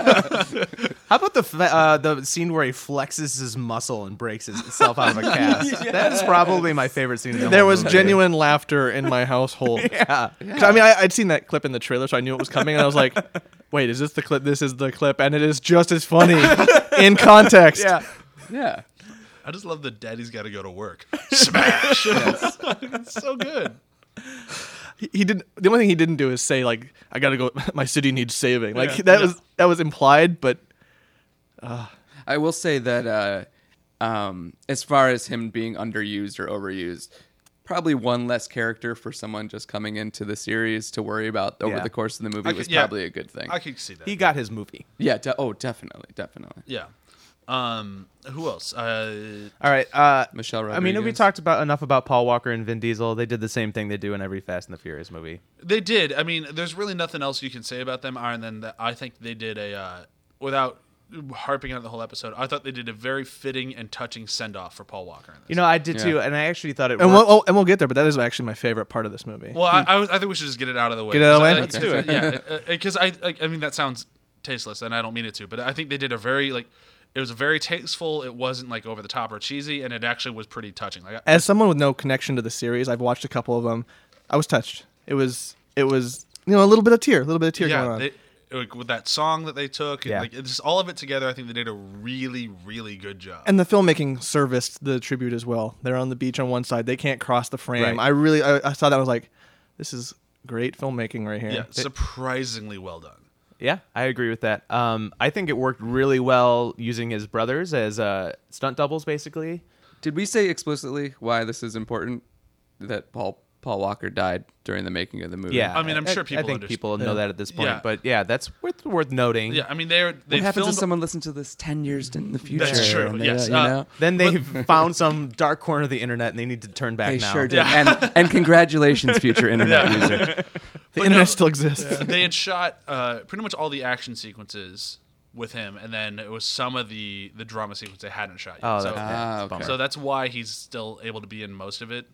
[SPEAKER 1] How about the f- uh, the scene where he flexes his muscle and breaks his- himself out of a cast? That is probably my favorite scene. In the
[SPEAKER 5] there
[SPEAKER 1] whole
[SPEAKER 5] was
[SPEAKER 1] movie.
[SPEAKER 5] genuine laughter in my household
[SPEAKER 1] Yeah.
[SPEAKER 5] 'Cause, i mean I, i'd seen that clip in the trailer so i knew it was coming and i was like wait is this the clip this is the clip and it is just as funny in context
[SPEAKER 1] Yeah.
[SPEAKER 4] Yeah,
[SPEAKER 2] I just love the daddy's got to go to work. Smash! it's so good.
[SPEAKER 5] he, he didn't the only thing he didn't do is say like i gotta go my city needs saving like
[SPEAKER 2] Yeah.
[SPEAKER 5] that
[SPEAKER 2] Yeah.
[SPEAKER 5] was that was implied but
[SPEAKER 4] I will say that uh, um, as far as him being underused or overused, probably one less character for someone just coming into the series to worry about over
[SPEAKER 1] Yeah.
[SPEAKER 4] the course of the movie
[SPEAKER 2] I could-
[SPEAKER 4] was
[SPEAKER 2] yeah.
[SPEAKER 4] probably a good thing.
[SPEAKER 2] I can see that.
[SPEAKER 1] He got his movie.
[SPEAKER 4] yeah. De- oh, definitely, definitely.
[SPEAKER 2] yeah. Um. Who else? Uh.
[SPEAKER 1] All right. Uh,
[SPEAKER 4] Michelle
[SPEAKER 1] I mean, we
[SPEAKER 4] Rodriguez.
[SPEAKER 1] talked about enough about Paul Walker and Vin Diesel. They did the same thing they do in every Fast and the Furious movie.
[SPEAKER 2] They did. I mean, there's really nothing else you can say about them, other than that I think they did a, uh, without harping on the whole episode, I thought they did a very fitting and touching send off for Paul Walker. In this.
[SPEAKER 1] You know, I did
[SPEAKER 4] Yeah.
[SPEAKER 1] too, and I actually thought it.
[SPEAKER 5] and we'll,
[SPEAKER 1] worked.
[SPEAKER 5] oh, and we'll get there but that is actually my favorite part of this movie
[SPEAKER 2] well, I, I, was- I think we should just get it out of the way.
[SPEAKER 5] Hmm. Get it out of the way?
[SPEAKER 2] Because I-
[SPEAKER 1] Let's
[SPEAKER 2] Yeah, because I, I, I mean, that sounds tasteless, and I don't mean it to, but I think they did a very like, it was very tasteful. It wasn't like over the top or cheesy, and it actually was pretty touching. Like, I-
[SPEAKER 5] as someone with no connection to the series, I've watched a couple of them. I was touched. It was it was you know a little bit of tear, a little bit of tear going
[SPEAKER 2] yeah,
[SPEAKER 5] on.
[SPEAKER 2] they, like, with that song that they took, and,
[SPEAKER 1] Yeah.
[SPEAKER 2] like it's just all of it together. I think they did a really, really good job.
[SPEAKER 5] and the filmmaking serviced the tribute as well. They're on the beach on one side. They can't cross the frame.
[SPEAKER 1] Right.
[SPEAKER 5] I really I, I saw that. I was like, this is great filmmaking right here.
[SPEAKER 2] yeah, surprisingly well done.
[SPEAKER 1] Yeah, I agree with that. Um, I think it worked really well using his brothers as uh, stunt doubles, basically.
[SPEAKER 4] Did we say explicitly why this is important that Paul Paul Walker died during the making of the movie.
[SPEAKER 1] Yeah,
[SPEAKER 2] I mean, I'm sure
[SPEAKER 1] I,
[SPEAKER 2] people
[SPEAKER 1] think
[SPEAKER 2] underst-
[SPEAKER 1] people know that at this point,
[SPEAKER 2] Yeah.
[SPEAKER 1] but yeah, that's worth worth noting.
[SPEAKER 2] Yeah, I mean they're they
[SPEAKER 4] What happens
[SPEAKER 2] filmed
[SPEAKER 4] if someone listens to this ten years in the future?
[SPEAKER 2] That's true,
[SPEAKER 4] and they,
[SPEAKER 2] yes,
[SPEAKER 4] uh, you
[SPEAKER 2] uh,
[SPEAKER 4] know?
[SPEAKER 1] Then they found some dark corner of the internet and they need to turn back
[SPEAKER 4] They
[SPEAKER 1] now.
[SPEAKER 4] sure did. And, and congratulations, future internet
[SPEAKER 2] Yeah.
[SPEAKER 4] user.
[SPEAKER 5] The
[SPEAKER 2] But
[SPEAKER 5] internet
[SPEAKER 2] no-
[SPEAKER 5] still exists.
[SPEAKER 2] they had shot uh, pretty much all the action sequences with him, and then it was some of the the drama sequence they hadn't shot yet.
[SPEAKER 1] Oh,
[SPEAKER 2] so,
[SPEAKER 1] that's,
[SPEAKER 4] Ah,
[SPEAKER 1] that's a
[SPEAKER 4] okay.
[SPEAKER 1] bummer.
[SPEAKER 2] so that's why he's still able to be in most of it,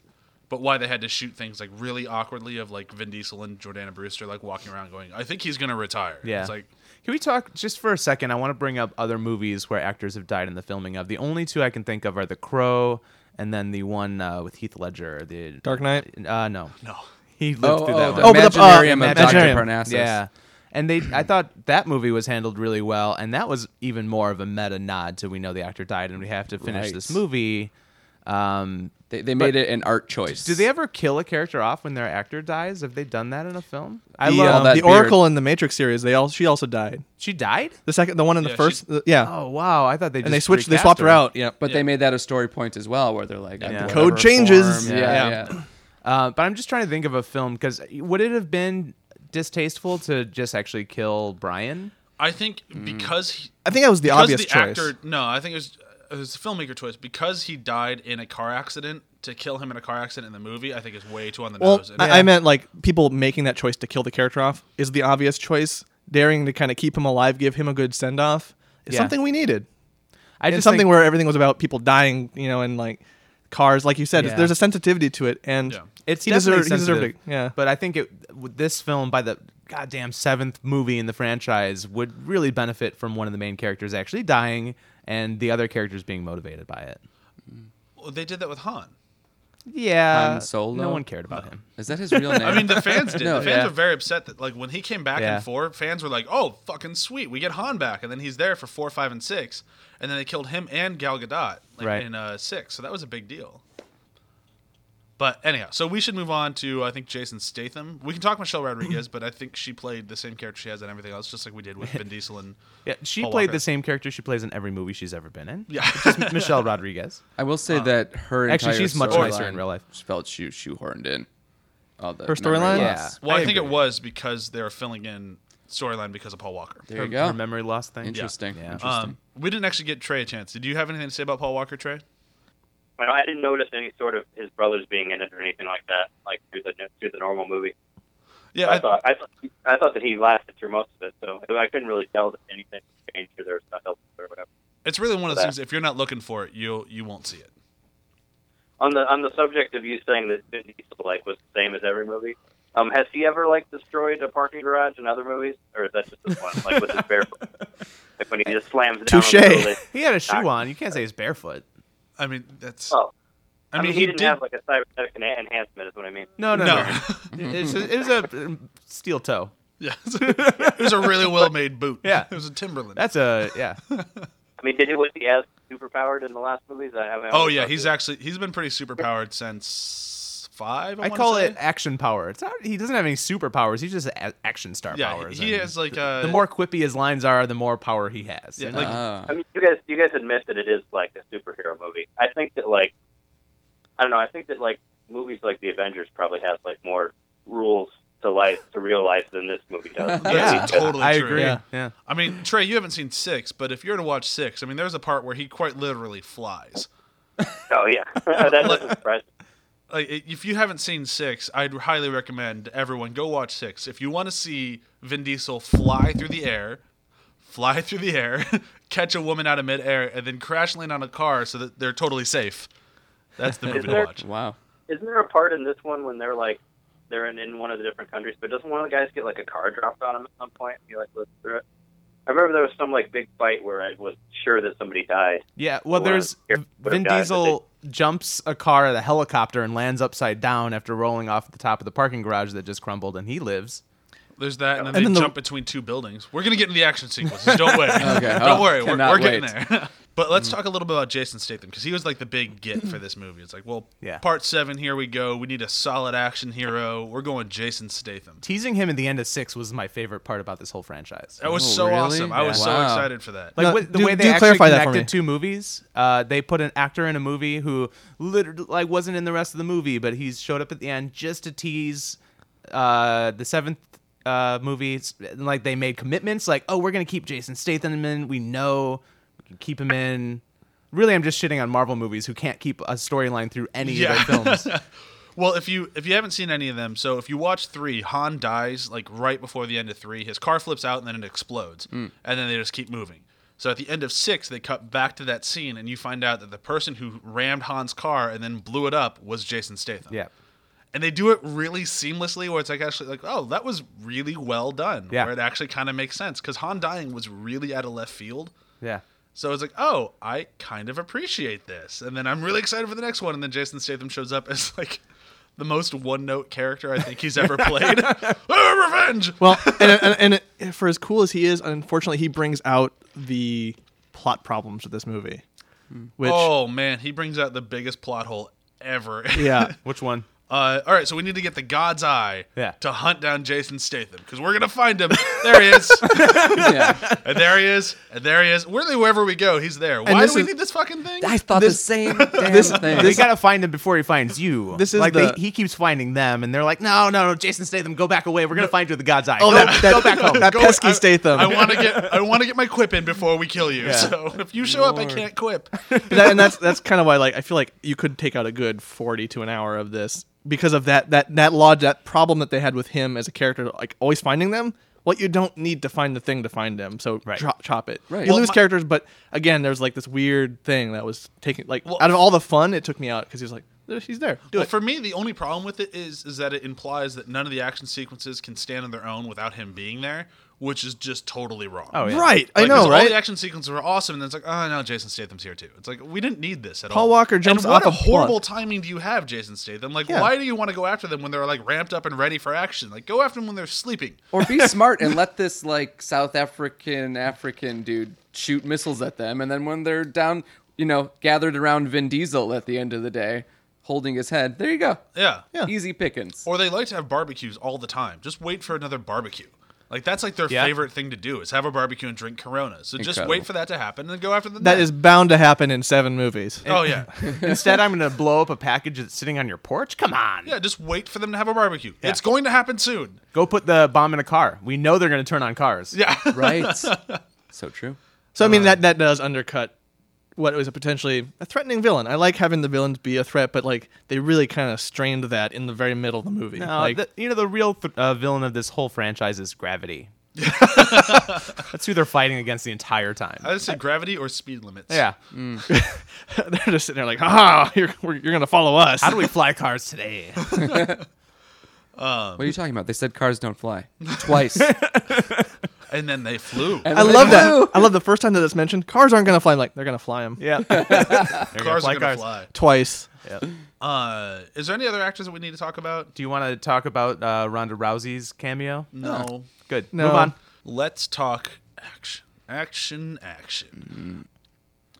[SPEAKER 2] but why they had to shoot things like really awkwardly of like Vin Diesel and Jordana Brewster like walking around going, "I think he's gonna retire."
[SPEAKER 1] Yeah.
[SPEAKER 2] it's like
[SPEAKER 1] Can we talk just for a second? I want to bring up other movies where actors have died in the filming of. The only two I can think of are The Crow and then the one uh, with Heath Ledger. The
[SPEAKER 5] Dark Knight.
[SPEAKER 1] Uh, no,
[SPEAKER 2] no.
[SPEAKER 1] he lived
[SPEAKER 4] Oh,
[SPEAKER 1] through
[SPEAKER 4] oh,
[SPEAKER 1] that
[SPEAKER 4] the
[SPEAKER 1] one.
[SPEAKER 5] Oh, but the- uh,
[SPEAKER 4] Imaginarium of Dr.
[SPEAKER 1] Imaginarium.
[SPEAKER 4] Parnassus.
[SPEAKER 1] Yeah. And they, I thought that movie was handled really well, and that was even more of a meta nod to we know the actor died and we have to finish
[SPEAKER 4] Right.
[SPEAKER 1] this movie. Um,
[SPEAKER 4] They, they made it an art choice.
[SPEAKER 1] do they ever kill a character off when their actor dies? Have they done that in a film? I
[SPEAKER 5] The,
[SPEAKER 1] love
[SPEAKER 5] um,
[SPEAKER 4] All that
[SPEAKER 5] the
[SPEAKER 4] beard.
[SPEAKER 5] Oracle in the Matrix series. They all she also died.
[SPEAKER 1] she died.
[SPEAKER 5] The second, the one in the
[SPEAKER 2] Yeah,
[SPEAKER 5] first,
[SPEAKER 2] she's-
[SPEAKER 5] uh, yeah.
[SPEAKER 1] Oh wow! I thought they just
[SPEAKER 5] and they switched. They
[SPEAKER 1] recast
[SPEAKER 5] swapped her out. Yeah,
[SPEAKER 4] But they made that a story point as well, where they're like,
[SPEAKER 1] Yeah.
[SPEAKER 4] whatever
[SPEAKER 5] Code changes.
[SPEAKER 4] form-
[SPEAKER 5] Yeah.
[SPEAKER 4] Yeah,
[SPEAKER 5] Yeah.
[SPEAKER 4] yeah.
[SPEAKER 1] Uh, but I'm just trying to think of a film because would it have been distasteful to just actually kill Brian?
[SPEAKER 2] I think
[SPEAKER 4] Mm.
[SPEAKER 2] because he,
[SPEAKER 5] I think that was the
[SPEAKER 2] because
[SPEAKER 5] obvious
[SPEAKER 2] the
[SPEAKER 5] choice.
[SPEAKER 2] actor no i think it was it was a filmmaker choice because he died in a car accident to kill him in a car accident in the movie i think is way too on the
[SPEAKER 5] well,
[SPEAKER 2] nose And-
[SPEAKER 5] I, I meant like people making that choice to kill the character off is the obvious choice. Daring to kind of keep him alive, give him a good send off is
[SPEAKER 1] Yeah.
[SPEAKER 5] something we needed.
[SPEAKER 1] I
[SPEAKER 5] and
[SPEAKER 1] just
[SPEAKER 5] something
[SPEAKER 1] think-
[SPEAKER 5] where everything was about people dying, you know, and like cars, like you said,
[SPEAKER 1] Yeah.
[SPEAKER 5] there's a sensitivity to it, and
[SPEAKER 2] Yeah.
[SPEAKER 1] it's
[SPEAKER 5] he deserved, he
[SPEAKER 1] definitely
[SPEAKER 5] deserved it.
[SPEAKER 1] sensitive,
[SPEAKER 5] Yeah,
[SPEAKER 1] but I think it with this film by the goddamn seventh movie in the franchise would really benefit from one of the main characters actually dying and the other characters being motivated by it.
[SPEAKER 2] Well, they did that with han
[SPEAKER 1] Yeah,
[SPEAKER 4] Han Solo?
[SPEAKER 1] no one cared about him.
[SPEAKER 4] Is that his real name?
[SPEAKER 2] i mean the fans did
[SPEAKER 4] No,
[SPEAKER 2] the fans
[SPEAKER 1] yeah.
[SPEAKER 2] were very upset that like when he came back
[SPEAKER 1] Yeah.
[SPEAKER 2] in four fans were like oh fucking sweet we get han back and then he's there for four five and six and then they killed him and gal gadot like,
[SPEAKER 1] Right.
[SPEAKER 2] in uh, six so that was a big deal but anyhow, so we should move on to I think Jason Statham. We can talk Michelle Rodriguez, but I think she played the same character she has in everything else, just like we did with Vin Diesel and
[SPEAKER 1] Yeah, she
[SPEAKER 2] Paul
[SPEAKER 1] played
[SPEAKER 2] Walker.
[SPEAKER 1] the same character she plays in every movie she's ever been in.
[SPEAKER 2] yeah.
[SPEAKER 1] Michelle Rodriguez.
[SPEAKER 4] I will say that her
[SPEAKER 1] Actually,
[SPEAKER 4] entire
[SPEAKER 1] she's much nicer in
[SPEAKER 4] storyline
[SPEAKER 1] real life.
[SPEAKER 4] Felt shoe shoehorned in. All the
[SPEAKER 5] Her storyline?
[SPEAKER 4] memory
[SPEAKER 5] Yeah.
[SPEAKER 4] loss.
[SPEAKER 2] Well, I, think it
[SPEAKER 1] agree.
[SPEAKER 2] was because they were filling in storyline because of Paul Walker.
[SPEAKER 4] There
[SPEAKER 1] Her,
[SPEAKER 4] you go.
[SPEAKER 1] her memory loss thing.
[SPEAKER 4] Interesting.
[SPEAKER 1] Yeah.
[SPEAKER 4] Interesting.
[SPEAKER 2] Um, we didn't actually get Trey a chance. Did you have anything to say about Paul Walker, Trey?
[SPEAKER 3] I, I didn't notice any sort of his brothers being in it or anything like that, like through the through the normal movie.
[SPEAKER 2] Yeah,
[SPEAKER 3] I thought I thought I thought that he lasted through most of it, so I couldn't really tell that anything changed or there was stuff else or whatever.
[SPEAKER 2] it's really one of those things. If you're not looking for it, you will you won't see it.
[SPEAKER 3] On the on the subject of you saying that Vin Diesel like was the same as every movie, um, has he ever like destroyed a parking garage in other movies, or is that just this one, like with his bare foot? like when he just slams it down? on the
[SPEAKER 5] Touche.
[SPEAKER 3] building?
[SPEAKER 1] He had a shoe on. You can't say he's barefoot.
[SPEAKER 2] I mean, that's.
[SPEAKER 3] Oh,
[SPEAKER 2] I, mean,
[SPEAKER 3] he, didn't have like a cybernetic en- enhancement, is what I mean.
[SPEAKER 1] No, no,
[SPEAKER 2] No.
[SPEAKER 1] no. it's a, it's a um, steel toe.
[SPEAKER 2] Yeah, it was a really well made boot.
[SPEAKER 1] Yeah.
[SPEAKER 2] it was a Timberland.
[SPEAKER 1] That's a yeah.
[SPEAKER 3] I mean, did he was he as superpowered in the last movies? I haven't.
[SPEAKER 2] oh yeah, he's actually he's been pretty super powered since five. I,
[SPEAKER 1] I
[SPEAKER 2] wanna
[SPEAKER 1] call
[SPEAKER 2] say.
[SPEAKER 1] it action power. It's not, he doesn't have any superpowers. He's just a- action star
[SPEAKER 2] Yeah,
[SPEAKER 1] powers.
[SPEAKER 2] he
[SPEAKER 1] and
[SPEAKER 2] has like uh,
[SPEAKER 1] the more quippy his lines are, the more power he has.
[SPEAKER 2] Yeah,
[SPEAKER 1] And
[SPEAKER 2] like-
[SPEAKER 4] Ah.
[SPEAKER 3] I mean, you guys, you guys admit that it is like a superhero movie. I think that like, I don't know. I think that like movies like The Avengers probably have like more rules to life to real life than this movie does.
[SPEAKER 2] That's
[SPEAKER 1] yeah,
[SPEAKER 2] totally
[SPEAKER 1] I
[SPEAKER 2] true.
[SPEAKER 1] agree.
[SPEAKER 5] Yeah.
[SPEAKER 1] Yeah.
[SPEAKER 2] I mean, Trey, you haven't seen six, but if you're to watch six, I mean, there's a part where he quite literally flies.
[SPEAKER 3] Oh yeah, that doesn't surprise. me.
[SPEAKER 2] like i- if you haven't seen six i'd highly recommend everyone go watch six if you want to see vin diesel fly through the air fly through the air catch a woman out of midair and then crash land on a car so that they're totally safe that's the movie to
[SPEAKER 3] there-
[SPEAKER 2] watch
[SPEAKER 4] wow.
[SPEAKER 3] Isn't there a part in this one when they're like, they're in, in one of the different countries, but doesn't one of the guys get like a car dropped on him at some point? And he like lives through it. I remember there was some like big fight where I was sure that somebody died.
[SPEAKER 1] Yeah,
[SPEAKER 3] Well,
[SPEAKER 1] Well, there's
[SPEAKER 3] here, but
[SPEAKER 1] Vin
[SPEAKER 3] it dies,
[SPEAKER 1] Diesel jumps a car at a helicopter and lands upside down after rolling off the top of the parking garage that just crumbled, and he lives.
[SPEAKER 2] there's that and then
[SPEAKER 5] And
[SPEAKER 2] they
[SPEAKER 5] then the-
[SPEAKER 2] jump between two buildings we're gonna get in the action sequences don't worry
[SPEAKER 4] Okay,
[SPEAKER 2] don't
[SPEAKER 4] oh,
[SPEAKER 2] worry we're,
[SPEAKER 4] cannot
[SPEAKER 2] we're getting
[SPEAKER 4] wait. Mm.
[SPEAKER 2] there But let's talk a little bit about Jason Statham because he was like the big get for this movie. It's like, well,
[SPEAKER 1] Yeah.
[SPEAKER 2] part seven, here we go. We need a solid action hero. We're going Jason Statham.
[SPEAKER 1] Teasing him at the end of six was my favorite part about this whole franchise.
[SPEAKER 2] That was
[SPEAKER 4] Oh,
[SPEAKER 2] so
[SPEAKER 4] really?
[SPEAKER 2] awesome. I was
[SPEAKER 4] Yeah.
[SPEAKER 2] so
[SPEAKER 4] Wow.
[SPEAKER 2] excited for that.
[SPEAKER 1] Like
[SPEAKER 5] No,
[SPEAKER 1] what, the
[SPEAKER 5] do-
[SPEAKER 1] way they
[SPEAKER 5] do
[SPEAKER 1] actually
[SPEAKER 5] clarify that for
[SPEAKER 1] connected
[SPEAKER 5] me.
[SPEAKER 1] two movies, uh, they put an actor in a movie who literally like wasn't in the rest of the movie, but he showed up at the end just to tease uh, the seventh uh, movie. It's- and, Like they made commitments, like oh, we're gonna keep Jason Statham in. We know we can keep him in. Really, I'm just shitting on Marvel movies who can't keep a storyline through any
[SPEAKER 2] Yeah.
[SPEAKER 1] of their films.
[SPEAKER 2] Well, if you if you haven't seen any of them, so if you watch three, Han dies like right before the end of three. His car flips out and then it explodes,
[SPEAKER 4] Hmm.
[SPEAKER 2] and then they just keep moving. So at the end of six, they cut back to that scene, and you find out that the person who rammed Han's car and then blew it up was Jason Statham.
[SPEAKER 1] yeah,
[SPEAKER 2] and they do it really seamlessly, where it's like actually like, oh, that was really well done.
[SPEAKER 1] Yeah.
[SPEAKER 2] where it actually kind of makes sense because Han dying was really out of left field.
[SPEAKER 1] yeah.
[SPEAKER 2] So it's like, oh, I kind of appreciate this, and then I'm really excited for the next one. And then Jason Statham shows up as like the most one note character I think he's ever played. oh, revenge.
[SPEAKER 5] Well, and, and, and it- for as cool as he is, unfortunately, he brings out the plot problems of this movie. Which,
[SPEAKER 2] oh man, he brings out the biggest plot hole ever.
[SPEAKER 5] yeah,
[SPEAKER 1] Which one?
[SPEAKER 2] Uh, all right, so we need to get the God's Eye
[SPEAKER 1] Yeah.
[SPEAKER 2] to hunt down Jason Statham because we're gonna find him. There he is,
[SPEAKER 4] Yeah.
[SPEAKER 2] and there he is, and there he is. Really, wherever we go, he's there. Why
[SPEAKER 5] this
[SPEAKER 2] do we
[SPEAKER 5] is-
[SPEAKER 2] need this fucking thing?
[SPEAKER 4] I thought the same damn
[SPEAKER 5] this-
[SPEAKER 4] thing.
[SPEAKER 1] We gotta find him before he finds you.
[SPEAKER 5] This is
[SPEAKER 1] like
[SPEAKER 5] the-
[SPEAKER 1] they, he keeps finding them, and they're like, "No, no, no, Jason Statham, go back away. We're gonna find you at the God's Eye.
[SPEAKER 5] Oh,
[SPEAKER 1] go,
[SPEAKER 5] that-
[SPEAKER 1] go
[SPEAKER 5] that-
[SPEAKER 1] back home."
[SPEAKER 5] that pesky
[SPEAKER 2] I-
[SPEAKER 5] Statham.
[SPEAKER 2] I want to get I want to get my quip in before we kill you. So if you show up, I can't quip.
[SPEAKER 5] and, that- and that's that's kind of why like I feel like you could take out a good forty to an hour of this because of that that that lodge that problem that they had with him as a character like always finding them. Well, you don't need to find the thing to find them, so
[SPEAKER 1] Right.
[SPEAKER 5] chop, chop it.
[SPEAKER 4] Right.
[SPEAKER 5] You
[SPEAKER 4] Well,
[SPEAKER 5] lose
[SPEAKER 2] my-
[SPEAKER 5] characters, but again, there's like this weird thing that was taking like
[SPEAKER 2] Well-
[SPEAKER 5] out of all the fun, it took me out because he was like, "There- "She's there, do
[SPEAKER 2] Well,
[SPEAKER 5] it."
[SPEAKER 2] for me, the only problem with it is is that it implies that none of the action sequences can stand on their own without him being there, which is just totally wrong.
[SPEAKER 1] Oh, yeah.
[SPEAKER 5] Right, I
[SPEAKER 2] Like, 'cause
[SPEAKER 5] know,
[SPEAKER 2] All
[SPEAKER 5] right?
[SPEAKER 2] the action sequences were awesome, and then it's like, oh no, Jason Statham's here too. It's like we didn't need this at all.
[SPEAKER 5] Paul Walker jumps
[SPEAKER 2] and what
[SPEAKER 5] off
[SPEAKER 2] a
[SPEAKER 5] a
[SPEAKER 2] horrible
[SPEAKER 5] plug.
[SPEAKER 2] timing do you have, Jason Statham? Like,
[SPEAKER 5] Yeah.
[SPEAKER 2] why do you want to go after them when they're like ramped up and ready for action? Like, go after them when they're sleeping.
[SPEAKER 4] or be smart and let this like South African African dude shoot missiles at them, and then when they're down, you know, gathered around Vin Diesel at the end of the day, holding his head. There you go.
[SPEAKER 2] Yeah.
[SPEAKER 5] Yeah.
[SPEAKER 4] Easy pickings.
[SPEAKER 2] Or they like to have barbecues all the time. Just wait for another barbecue. Like that's like their
[SPEAKER 1] Yeah.
[SPEAKER 2] favorite thing to do is have a barbecue and drink Corona. So just
[SPEAKER 4] Incredible.
[SPEAKER 2] wait for that to happen and then go after the
[SPEAKER 5] that
[SPEAKER 2] next.
[SPEAKER 5] is bound to happen in seven movies.
[SPEAKER 2] Oh yeah,
[SPEAKER 1] Instead, I'm gonna blow up a package that's sitting on your porch. Come on,
[SPEAKER 2] yeah. Just wait for them to have a barbecue. It's going to happen soon.
[SPEAKER 1] go put the bomb in a car. We know they're gonna turn on cars.
[SPEAKER 2] Yeah.
[SPEAKER 4] Right. so true.
[SPEAKER 5] So I
[SPEAKER 2] Uh,
[SPEAKER 5] mean that that does undercut what was a potentially a threatening villain. I like having the villains be a threat, but like they really kind of strained that in the very middle of the movie.
[SPEAKER 1] Uh,
[SPEAKER 5] like
[SPEAKER 1] the- you know the real th- uh, villain of this whole franchise is gravity. that's who they're fighting against the entire time. Mm.
[SPEAKER 2] I just said gravity or speed limits.
[SPEAKER 1] yeah.
[SPEAKER 5] they're just sitting there like, ah, you're we're- you're gonna follow us.
[SPEAKER 1] How do we fly cars today?
[SPEAKER 5] Um,
[SPEAKER 4] What are you talking about? They said cars don't fly twice.
[SPEAKER 2] And then they flew.
[SPEAKER 5] I love that. I love the first time that it's mentioned. Cars aren't gonna fly. I'm like they're gonna fly them
[SPEAKER 1] yeah. They're gonna
[SPEAKER 2] cars
[SPEAKER 1] fly
[SPEAKER 2] are gonna fly.
[SPEAKER 5] twice.
[SPEAKER 2] Uh, is there any other actors that we need to talk about?
[SPEAKER 1] Do you want to talk about uh, Ronda Rousey's cameo?
[SPEAKER 2] No.
[SPEAKER 1] Good.
[SPEAKER 5] No.
[SPEAKER 1] Move on.
[SPEAKER 2] Let's talk action. Action. Action.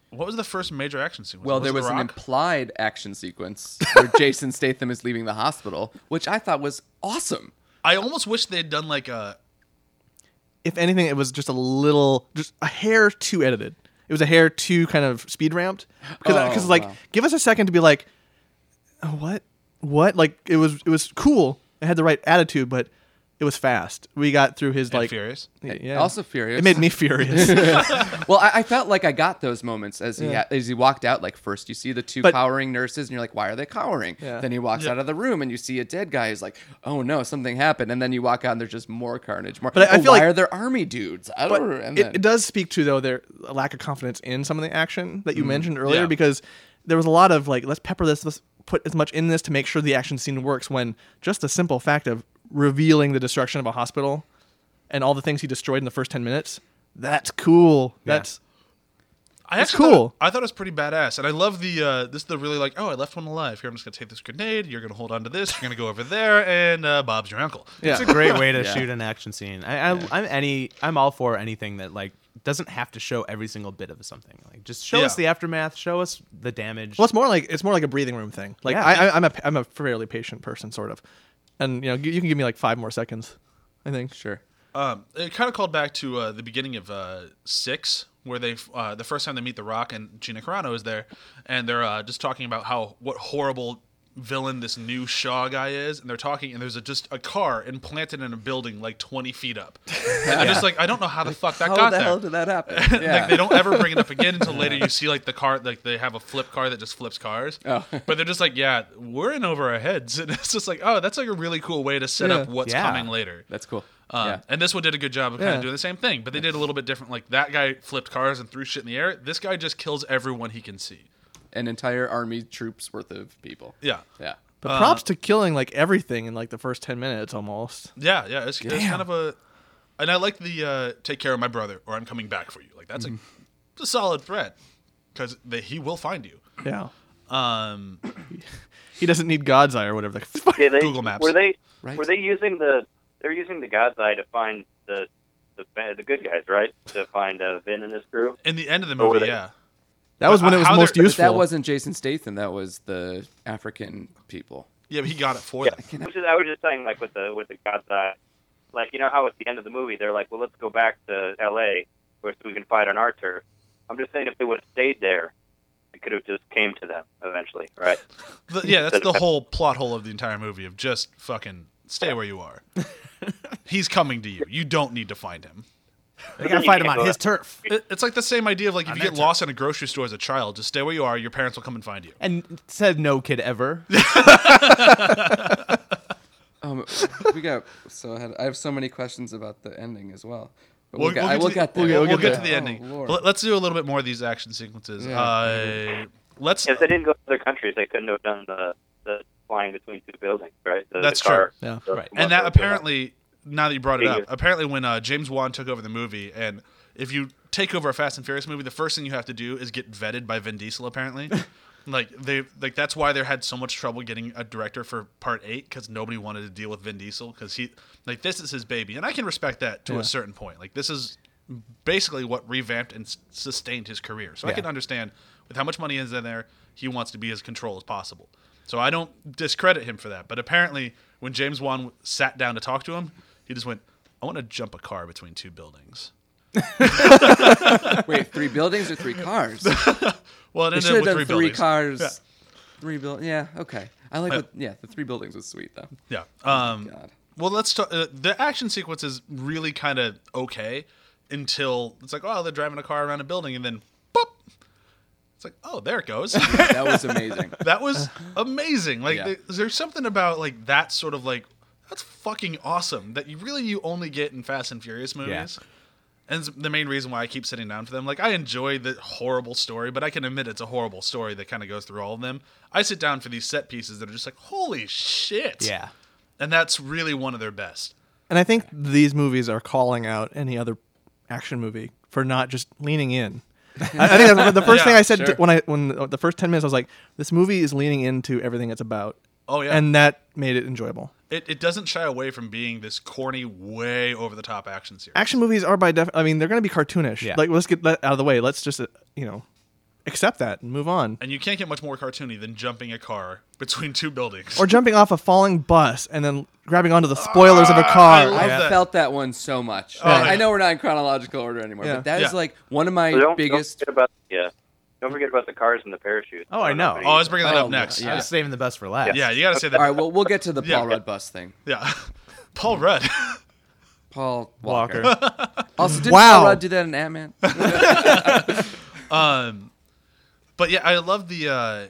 [SPEAKER 2] What was the first major action sequence?
[SPEAKER 4] Well, there
[SPEAKER 2] it
[SPEAKER 4] was
[SPEAKER 2] The
[SPEAKER 4] an
[SPEAKER 2] Rock?
[SPEAKER 4] implied action sequence where Jason Statham is leaving the hospital, which I thought was awesome.
[SPEAKER 2] I almost wish they'd done like uh, a
[SPEAKER 5] If anything, it was just a little, just a hair too edited. It was a hair too kind of speed ramped because
[SPEAKER 4] Oh,
[SPEAKER 5] like
[SPEAKER 4] wow.
[SPEAKER 5] give us a second to be like, "Oh, what what like it was it was cool. It had the right attitude, but it was fast. We got through his
[SPEAKER 2] like
[SPEAKER 5] like
[SPEAKER 2] Furious.
[SPEAKER 5] Yeah.
[SPEAKER 4] Also furious.
[SPEAKER 5] It made me furious.
[SPEAKER 4] Well, I, I felt like I got those moments as he as he walked out. Like first, you see the two
[SPEAKER 5] But-
[SPEAKER 4] cowering nurses, and you're like, "Why are they cowering?"
[SPEAKER 5] Yeah.
[SPEAKER 4] Then he walks out of the room, and you see a dead guy who's like, "Oh no, something happened." And then you walk out, and there's just more carnage. More.
[SPEAKER 5] But I- I
[SPEAKER 4] "Oh,
[SPEAKER 5] feel
[SPEAKER 4] why
[SPEAKER 5] like-
[SPEAKER 4] are there army dudes? I
[SPEAKER 5] but
[SPEAKER 4] don't. know." And
[SPEAKER 5] it,
[SPEAKER 4] then-
[SPEAKER 5] it does speak to though their lack of confidence in some of the action that you mentioned earlier
[SPEAKER 2] Yeah.
[SPEAKER 5] because there was a lot of like let's pepper this, let's put as much in this to make sure the action scene works. When just the simple fact of revealing the destruction of a hospital and all the things he destroyed in the first ten minutes, that's cool. That's
[SPEAKER 2] I
[SPEAKER 5] That's
[SPEAKER 2] actually thought-
[SPEAKER 5] cool.
[SPEAKER 2] I thought it was pretty badass, and I love the uh, this. is The really like, oh, I left one alive. Here, I'm just gonna take this grenade. You're gonna hold on to this. You're gonna go over there, and uh, Bob's your uncle.
[SPEAKER 5] yeah.
[SPEAKER 1] It's a great way to
[SPEAKER 4] Yeah.
[SPEAKER 1] shoot an action scene. I, I, I'm any, I'm all for anything that like doesn't have to show every single bit of something. Like just show
[SPEAKER 2] Yeah.
[SPEAKER 1] us the aftermath, show us the damage.
[SPEAKER 5] Well, it's more like it's more like a breathing room thing. Like
[SPEAKER 1] Yeah.
[SPEAKER 5] I, I, I'm a I'm a fairly patient person, sort of, and you know you you can give me like five more seconds, I think.
[SPEAKER 4] Sure.
[SPEAKER 2] Um, it kind of called back to uh, the beginning of uh, six, where they uh, the first time they meet The Rock and Gina Carano is there, and they're uh, just talking about how what horrible villain this new Shaw guy is, and they're talking, and there's a, just a car implanted in a building like 20 feet up. And I'm just like, I don't know how the fuck that
[SPEAKER 4] How
[SPEAKER 2] got
[SPEAKER 4] the
[SPEAKER 2] there.
[SPEAKER 4] hell did that happen?
[SPEAKER 2] like they don't ever bring it up again until later you see like the car like they have a flip car that just flips cars
[SPEAKER 4] Oh.
[SPEAKER 2] but they're just like yeah we're in over our heads and it's just like oh that's like a really cool way to set up
[SPEAKER 5] Yeah.
[SPEAKER 2] what's
[SPEAKER 1] Yeah.
[SPEAKER 2] coming later
[SPEAKER 4] That's cool.
[SPEAKER 2] um,
[SPEAKER 4] yeah.
[SPEAKER 2] And this one did a good job of kind
[SPEAKER 5] Yeah.
[SPEAKER 2] of doing the same thing, but they did a little bit different. Like that guy flipped cars and threw shit in the air. This guy just kills everyone he can see.
[SPEAKER 4] An entire army troops worth of people.
[SPEAKER 2] Yeah,
[SPEAKER 4] Yeah.
[SPEAKER 5] But props to killing like everything in like the first ten minutes almost.
[SPEAKER 2] yeah, yeah. It's, it's kind of a, and I like the uh, take care of my brother or I'm coming back for you. Like that's a, it's a solid threat because he will find you.
[SPEAKER 5] Yeah,
[SPEAKER 2] Um,
[SPEAKER 5] he doesn't need God's eye or whatever. the fuck.
[SPEAKER 3] Yeah, they,
[SPEAKER 2] Google Maps.
[SPEAKER 3] Were they
[SPEAKER 4] Right.
[SPEAKER 3] were they using the they're using the God's Eye to find the the ba- the good guys, right? To find uh, Vin and his crew.
[SPEAKER 2] in the end of the
[SPEAKER 3] Or were
[SPEAKER 2] movie,
[SPEAKER 3] they-
[SPEAKER 2] yeah,
[SPEAKER 5] That was when it was
[SPEAKER 2] How
[SPEAKER 5] most
[SPEAKER 2] they're-
[SPEAKER 4] But
[SPEAKER 5] useful.
[SPEAKER 4] that wasn't Jason Statham. That was the African people.
[SPEAKER 2] yeah, but he got it for them.
[SPEAKER 3] Which is I was just saying, like with the with the God's Eye, like you know how at the end of the movie they're like, well, let's go back to L.A. where so we can fight on our turf. I'm just saying if they would have stayed there, it could have just came to them eventually, right?
[SPEAKER 2] The- yeah, that's the whole plot hole of the entire movie of just fucking stay where you are. He's coming to you. You don't need to find him.
[SPEAKER 1] they gotta fight him on his turf.
[SPEAKER 2] It- It's like the same idea of like if you get
[SPEAKER 1] that
[SPEAKER 2] lost in a grocery store as a child, just stay where you are. Your parents will come and find you.
[SPEAKER 1] And said no kid ever.
[SPEAKER 4] Um, we got so I, had, I have so many questions about the ending as well. But we'll,
[SPEAKER 2] We'll-
[SPEAKER 4] get,
[SPEAKER 2] we'll
[SPEAKER 4] I
[SPEAKER 2] get
[SPEAKER 4] will
[SPEAKER 2] to
[SPEAKER 4] get
[SPEAKER 2] the-
[SPEAKER 4] there.
[SPEAKER 5] we'll
[SPEAKER 2] We'll
[SPEAKER 5] Okay.
[SPEAKER 2] get to the
[SPEAKER 4] Oh,
[SPEAKER 2] ending.
[SPEAKER 4] Lord.
[SPEAKER 2] Let- Let's do a little bit more of these action sequences.
[SPEAKER 4] Yeah.
[SPEAKER 2] Uh, let's.
[SPEAKER 3] If they didn't go to other countries, they couldn't have done the the flying between two buildings, right? The,
[SPEAKER 2] That's
[SPEAKER 3] the car,
[SPEAKER 5] true. Yeah.
[SPEAKER 3] the-
[SPEAKER 1] Right.
[SPEAKER 2] And that apparently, now that you brought it
[SPEAKER 3] Yeah.
[SPEAKER 2] up, apparently when uh, James Wan took over the movie, and if you take over a Fast and Furious movie, the first thing you have to do is get vetted by Vin Diesel. Apparently, like they like that's why they had so much trouble getting a director for Part Eight because nobody wanted to deal with Vin Diesel because he like this is his baby, and I can respect that to
[SPEAKER 5] Yeah.
[SPEAKER 2] a certain point. Like this is basically what revamped and s- sustained his career, so I
[SPEAKER 1] Yeah.
[SPEAKER 2] can understand with how much money is in there, he wants to be as control as possible. So I don't discredit him for that. But apparently, when James Wan sat down to talk to him, he just went, "I want to jump a car between two buildings."
[SPEAKER 4] Wait, three buildings or three cars? they
[SPEAKER 2] Well, it ended
[SPEAKER 4] should
[SPEAKER 2] up with
[SPEAKER 4] have
[SPEAKER 2] three
[SPEAKER 4] done three
[SPEAKER 2] buildings.
[SPEAKER 4] cars. Three build. Yeah. Okay. I like. What, yeah, the three buildings was sweet though.
[SPEAKER 2] Yeah. Um,
[SPEAKER 4] Oh God.
[SPEAKER 2] well, let's talk. Uh, the action sequence is really kind of okay until it's like, oh, they're driving a car around a building, and then, boop. It's like, oh, there it goes.
[SPEAKER 4] That was amazing.
[SPEAKER 2] that was amazing. Like,
[SPEAKER 4] Yeah.
[SPEAKER 2] there- there's something about like that sort of like that's fucking awesome that you really you only get in Fast and Furious movies. And it's the main reason why I keep sitting down for them, like I enjoy the horrible story, but I can admit it's a horrible story that kind of goes through all of them. I sit down for these set pieces that are just like, holy shit!
[SPEAKER 1] Yeah.
[SPEAKER 2] and that's really one of their best.
[SPEAKER 5] And I think these movies are calling out any other action movie for not just leaning in. I, I think that's the first
[SPEAKER 2] Yeah,
[SPEAKER 5] thing I said to-
[SPEAKER 4] sure.
[SPEAKER 5] when I when the, the first ten minutes I was like, this movie is leaning into everything it's about.
[SPEAKER 2] Oh, yeah.
[SPEAKER 5] and that made it enjoyable.
[SPEAKER 2] It, it doesn't shy away from being this corny, way over the top action series.
[SPEAKER 5] Action movies are by def. I mean, they're going to be cartoonish.
[SPEAKER 1] Yeah.
[SPEAKER 5] Like, let's get that out of the way. Let's just uh, you know accept that and move on.
[SPEAKER 2] and you can't get much more cartoony than jumping a car between two buildings.
[SPEAKER 5] Or jumping off a falling bus and then grabbing onto the spoilers of a car.
[SPEAKER 2] love
[SPEAKER 4] I
[SPEAKER 2] that.
[SPEAKER 4] felt that one so much.
[SPEAKER 2] yeah.
[SPEAKER 4] I, I know we're not in chronological order anymore,
[SPEAKER 5] Yeah.
[SPEAKER 4] but that is
[SPEAKER 2] Yeah.
[SPEAKER 4] like one of my
[SPEAKER 3] So don't,
[SPEAKER 4] biggest.
[SPEAKER 3] Don't forget about, yeah. Don't forget about the cars and the parachutes.
[SPEAKER 1] Oh, I
[SPEAKER 3] don't
[SPEAKER 1] know.
[SPEAKER 3] if
[SPEAKER 2] oh, I
[SPEAKER 3] any-
[SPEAKER 2] was bringing that
[SPEAKER 4] Oh,
[SPEAKER 2] up next.
[SPEAKER 1] I
[SPEAKER 4] yeah.
[SPEAKER 1] was saving the best for last.
[SPEAKER 2] Yeah, you gotta say that.
[SPEAKER 4] All right, well, we'll get to the
[SPEAKER 2] Yeah.
[SPEAKER 4] Paul Rudd bus thing.
[SPEAKER 2] Yeah, Paul
[SPEAKER 1] Hmm.
[SPEAKER 2] Rudd.
[SPEAKER 4] Paul Walker.
[SPEAKER 1] Walker.
[SPEAKER 4] Also, did
[SPEAKER 5] Wow.
[SPEAKER 4] Paul Rudd do that in Ant Man?
[SPEAKER 2] But yeah, I love the. Uh,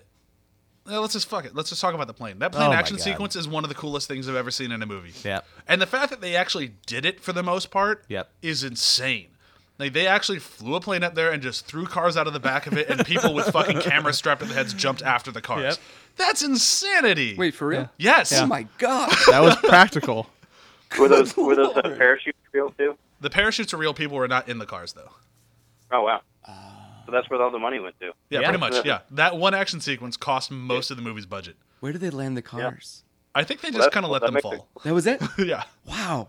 [SPEAKER 2] yeah, let's just fuck it. Let's just talk about the plane. That plane
[SPEAKER 1] Oh my
[SPEAKER 2] action
[SPEAKER 1] God.
[SPEAKER 2] sequence is one of the coolest things I've ever seen in a movie.
[SPEAKER 1] Yep.
[SPEAKER 2] And the fact that they actually did it for the most part
[SPEAKER 1] Yep.
[SPEAKER 2] is insane. Like they actually flew a plane up there and just threw cars out of the back of it, and people with fucking cameras strapped to their heads jumped after the cars.
[SPEAKER 1] Yep.
[SPEAKER 2] That's insanity.
[SPEAKER 4] Wait, for real?
[SPEAKER 2] Yes.
[SPEAKER 4] Oh my God.
[SPEAKER 5] that was practical.
[SPEAKER 3] Were those were those uh,
[SPEAKER 4] Lord.
[SPEAKER 3] parachutes real too?
[SPEAKER 2] The parachutes are real. People were not in the cars though.
[SPEAKER 3] Oh wow. So that's where all the money went to.
[SPEAKER 2] Yeah,
[SPEAKER 1] Yeah.
[SPEAKER 2] pretty much. Yeah, that one action sequence cost most of the movie's budget.
[SPEAKER 4] Where did they land the cars?
[SPEAKER 2] I think they just
[SPEAKER 3] that's-
[SPEAKER 2] kind of let
[SPEAKER 3] that
[SPEAKER 2] them
[SPEAKER 3] makes
[SPEAKER 2] fall.
[SPEAKER 4] That was it.
[SPEAKER 2] yeah,
[SPEAKER 4] Wow.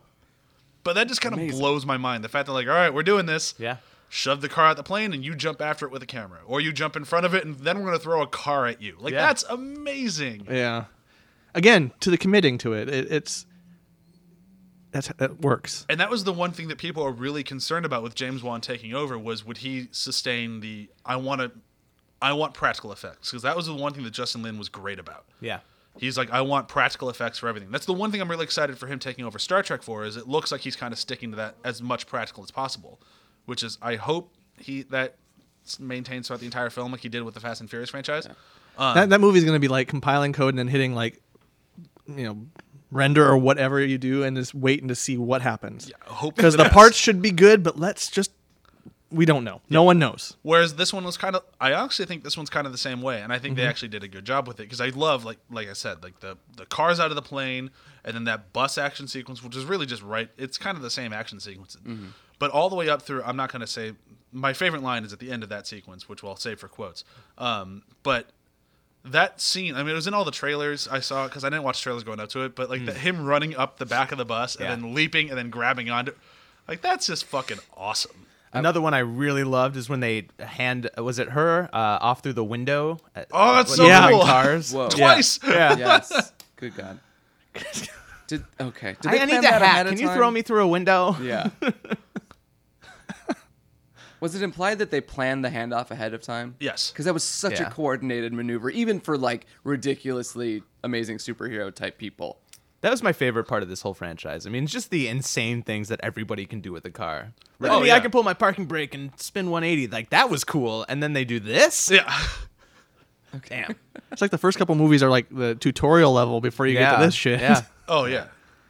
[SPEAKER 2] but that just kind of
[SPEAKER 4] Amazing.
[SPEAKER 2] blows my mind. The fact that like, all right, we're doing this.
[SPEAKER 1] Yeah.
[SPEAKER 2] shove the car out the plane and you jump after it with a camera, or you jump in front of it and then we're gonna throw a car at you. Like
[SPEAKER 1] Yeah.
[SPEAKER 2] that's amazing.
[SPEAKER 5] Yeah. Again, to the committing to it, it it's that's that works.
[SPEAKER 2] And that was the one thing that people are really concerned about with James Wan taking over was would he sustain the I want to I want practical effects because that was the one thing that Justin Lin was great about.
[SPEAKER 1] Yeah.
[SPEAKER 2] He's like I want practical effects for everything. That's the one thing I'm really excited for him taking over Star Trek for is it looks like he's kind of sticking to that as much practical as possible, which is I hope he that s- maintains throughout the entire film like he did with the Fast and Furious franchise.
[SPEAKER 5] that that movie's gonna be like compiling code and then hitting like, you know, render or whatever you do, and just waiting to see what happens.
[SPEAKER 2] hope
[SPEAKER 5] Because
[SPEAKER 2] for
[SPEAKER 5] the
[SPEAKER 2] best.
[SPEAKER 5] parts should be good, but let's just we don't know. No one knows.
[SPEAKER 2] Whereas this one was kind of, I actually think this one's kind of the same way, and I
[SPEAKER 1] Mm-hmm.
[SPEAKER 2] think they actually did a good job with it because I love, like, like I said, like the the cars out of the plane, and then that bus action sequence, which is really just right. It's kind of the same action sequence,
[SPEAKER 1] Mm-hmm.
[SPEAKER 2] but all the way up through. I'm not going to say my favorite line is at the end of that sequence, which we'll save for quotes. Um, but that scene, I mean, it was in all the trailers I saw because I didn't watch trailers going up to it, but like the, him running up the back of the bus
[SPEAKER 1] Mm. Yeah.
[SPEAKER 2] and then leaping and then grabbing onto, like that's just fucking awesome.
[SPEAKER 1] Another one I really loved is when they hand was it her uh, off through the window. at-
[SPEAKER 2] Oh, that's
[SPEAKER 1] when
[SPEAKER 2] so
[SPEAKER 1] they were in
[SPEAKER 2] cool.
[SPEAKER 1] Cars.
[SPEAKER 4] Whoa.
[SPEAKER 2] Oh.
[SPEAKER 4] Yeah.
[SPEAKER 2] Twice.
[SPEAKER 1] Yeah.
[SPEAKER 4] yes. Good God. Did okay. Did
[SPEAKER 1] I,
[SPEAKER 4] they
[SPEAKER 1] I
[SPEAKER 4] plan
[SPEAKER 1] need the
[SPEAKER 4] that ahead
[SPEAKER 1] hat.
[SPEAKER 4] of
[SPEAKER 1] Can you
[SPEAKER 4] time?
[SPEAKER 1] throw me through a window?
[SPEAKER 4] Yeah. was it implied that they planned the handoff ahead of time?
[SPEAKER 2] Yes.
[SPEAKER 4] Because that was such
[SPEAKER 1] Yeah.
[SPEAKER 4] a coordinated maneuver, even for like ridiculously amazing superhero type people.
[SPEAKER 1] That was my favorite part of this whole franchise. I mean, just the insane things that everybody can do with a car. Look at
[SPEAKER 2] Oh,
[SPEAKER 1] me,
[SPEAKER 2] yeah.
[SPEAKER 1] I can pull my parking brake and spin 180. Like that was cool. And then they do this.
[SPEAKER 2] Yeah.
[SPEAKER 1] Damn.
[SPEAKER 5] It's like the first couple movies are like the tutorial level before you get to this shit.
[SPEAKER 1] Yeah.
[SPEAKER 2] Oh yeah.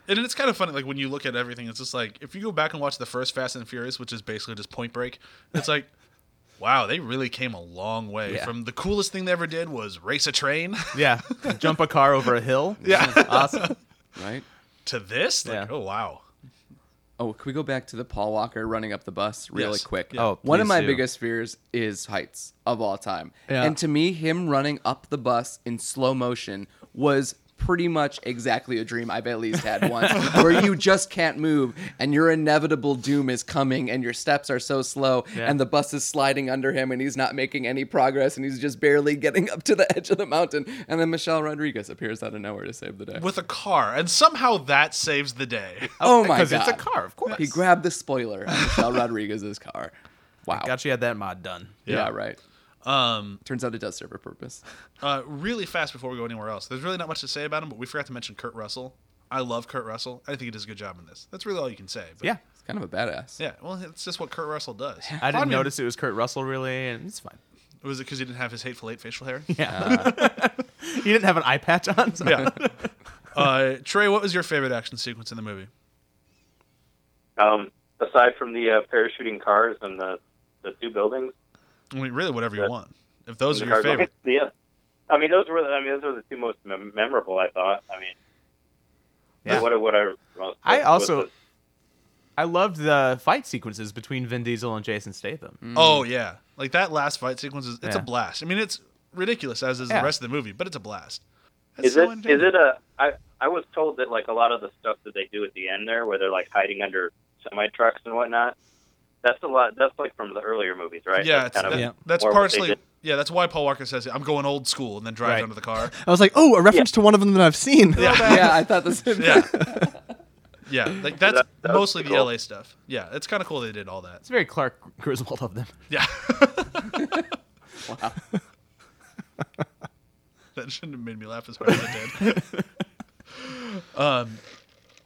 [SPEAKER 2] And it's kind of funny, like when you look at everything, it's just like if you go back and watch the first Fast and Furious, which is basically just Point Break, it's like, wow, they really came a long way.
[SPEAKER 1] Yeah.
[SPEAKER 2] From the coolest thing they ever did was race a train
[SPEAKER 1] Yeah. Jump a car over a hill. Yeah. Awesome.
[SPEAKER 4] Right?
[SPEAKER 2] to this. Like,
[SPEAKER 1] Yeah.
[SPEAKER 2] oh wow.
[SPEAKER 4] Oh, can we go back to the Paul Walker running up the bus really
[SPEAKER 2] Yes.
[SPEAKER 4] quick?
[SPEAKER 2] Yeah.
[SPEAKER 1] Oh,
[SPEAKER 4] one of
[SPEAKER 1] please
[SPEAKER 4] my
[SPEAKER 1] do.
[SPEAKER 4] biggest fears is heights of all time.
[SPEAKER 5] Yeah.
[SPEAKER 4] And to me, him running up the bus in slow motion was pretty much exactly a dream I've at least had once, where you just can't move and your inevitable doom is coming and your steps are so slow
[SPEAKER 1] Yeah.
[SPEAKER 4] and the bus is sliding under him and he's not making any progress and he's just barely getting up to the edge of the mountain. And then Michelle Rodriguez appears out of nowhere to save the day.
[SPEAKER 2] With a car, and somehow that saves the day.
[SPEAKER 4] oh my god.
[SPEAKER 1] Because it's a car, of course.
[SPEAKER 4] He grabbed the spoiler on Michelle Rodriguez's car. Wow.
[SPEAKER 1] Got you had that mod done.
[SPEAKER 4] Yeah.
[SPEAKER 2] Yeah.
[SPEAKER 4] right.
[SPEAKER 2] Um,
[SPEAKER 4] Turns out it does serve a purpose.
[SPEAKER 2] uh, really fast before we go anywhere else. There's really not much to say about him, but we forgot to mention Kurt Russell. I love Kurt Russell. I think he does a good job in this. That's really all you can say. But
[SPEAKER 1] Yeah.
[SPEAKER 4] It's kind of a badass.
[SPEAKER 2] Yeah. Well, it's just what Kurt Russell does.
[SPEAKER 1] I didn't
[SPEAKER 2] mean,
[SPEAKER 1] notice it was Kurt Russell really, and it's fine.
[SPEAKER 2] Was it because he didn't have his hateful eight facial hair?
[SPEAKER 1] Yeah. you didn't have an eye patch on. So.
[SPEAKER 2] yeah. Uh, Trey, what was your favorite action sequence in the movie?
[SPEAKER 3] Um, aside from the uh, parachuting cars and the the two buildings,
[SPEAKER 2] I mean, really, whatever you
[SPEAKER 3] Yeah.
[SPEAKER 2] want. If those are
[SPEAKER 3] the
[SPEAKER 2] your
[SPEAKER 3] cars-
[SPEAKER 2] favorite,
[SPEAKER 3] yeah. I mean, those were the, I mean those were the two most mem- memorable. I thought. I mean,
[SPEAKER 1] Yeah.
[SPEAKER 3] what what I most,
[SPEAKER 1] I
[SPEAKER 3] what
[SPEAKER 1] also-
[SPEAKER 3] was-
[SPEAKER 1] I loved the fight sequences between Vin Diesel and Jason Statham.
[SPEAKER 2] oh yeah, like that last fight sequence is it's a
[SPEAKER 1] Yeah.
[SPEAKER 2] blast. I mean, it's ridiculous as is
[SPEAKER 1] Yeah.
[SPEAKER 2] the rest of the movie, but it's a blast. That's
[SPEAKER 3] is
[SPEAKER 2] so
[SPEAKER 3] it is
[SPEAKER 2] entertaining.
[SPEAKER 3] it a I I was told that like a lot of the stuff that they do at the end there, where they're like hiding under semi trucks and whatnot. That's a lot. That's like from the earlier movies, right?
[SPEAKER 2] Yeah,
[SPEAKER 3] that's
[SPEAKER 2] it's, that-
[SPEAKER 5] Yeah.
[SPEAKER 2] that's
[SPEAKER 3] more what they
[SPEAKER 2] partially.
[SPEAKER 3] did.
[SPEAKER 2] Yeah, that's why Paul Walker says, "I'm going old school," and then drives
[SPEAKER 1] Right.
[SPEAKER 2] under the car.
[SPEAKER 5] I was like, oh, a reference to one of them that I've seen.
[SPEAKER 4] Yeah, I thought this.
[SPEAKER 2] Yeah, yeah, like that's
[SPEAKER 3] That- that was
[SPEAKER 2] mostly the
[SPEAKER 3] cool.
[SPEAKER 2] LA stuff. Yeah, it's kind of cool they did all that.
[SPEAKER 1] It's very Clark Griswold of them.
[SPEAKER 2] Yeah. That shouldn't have made me laugh as hard as it did. um,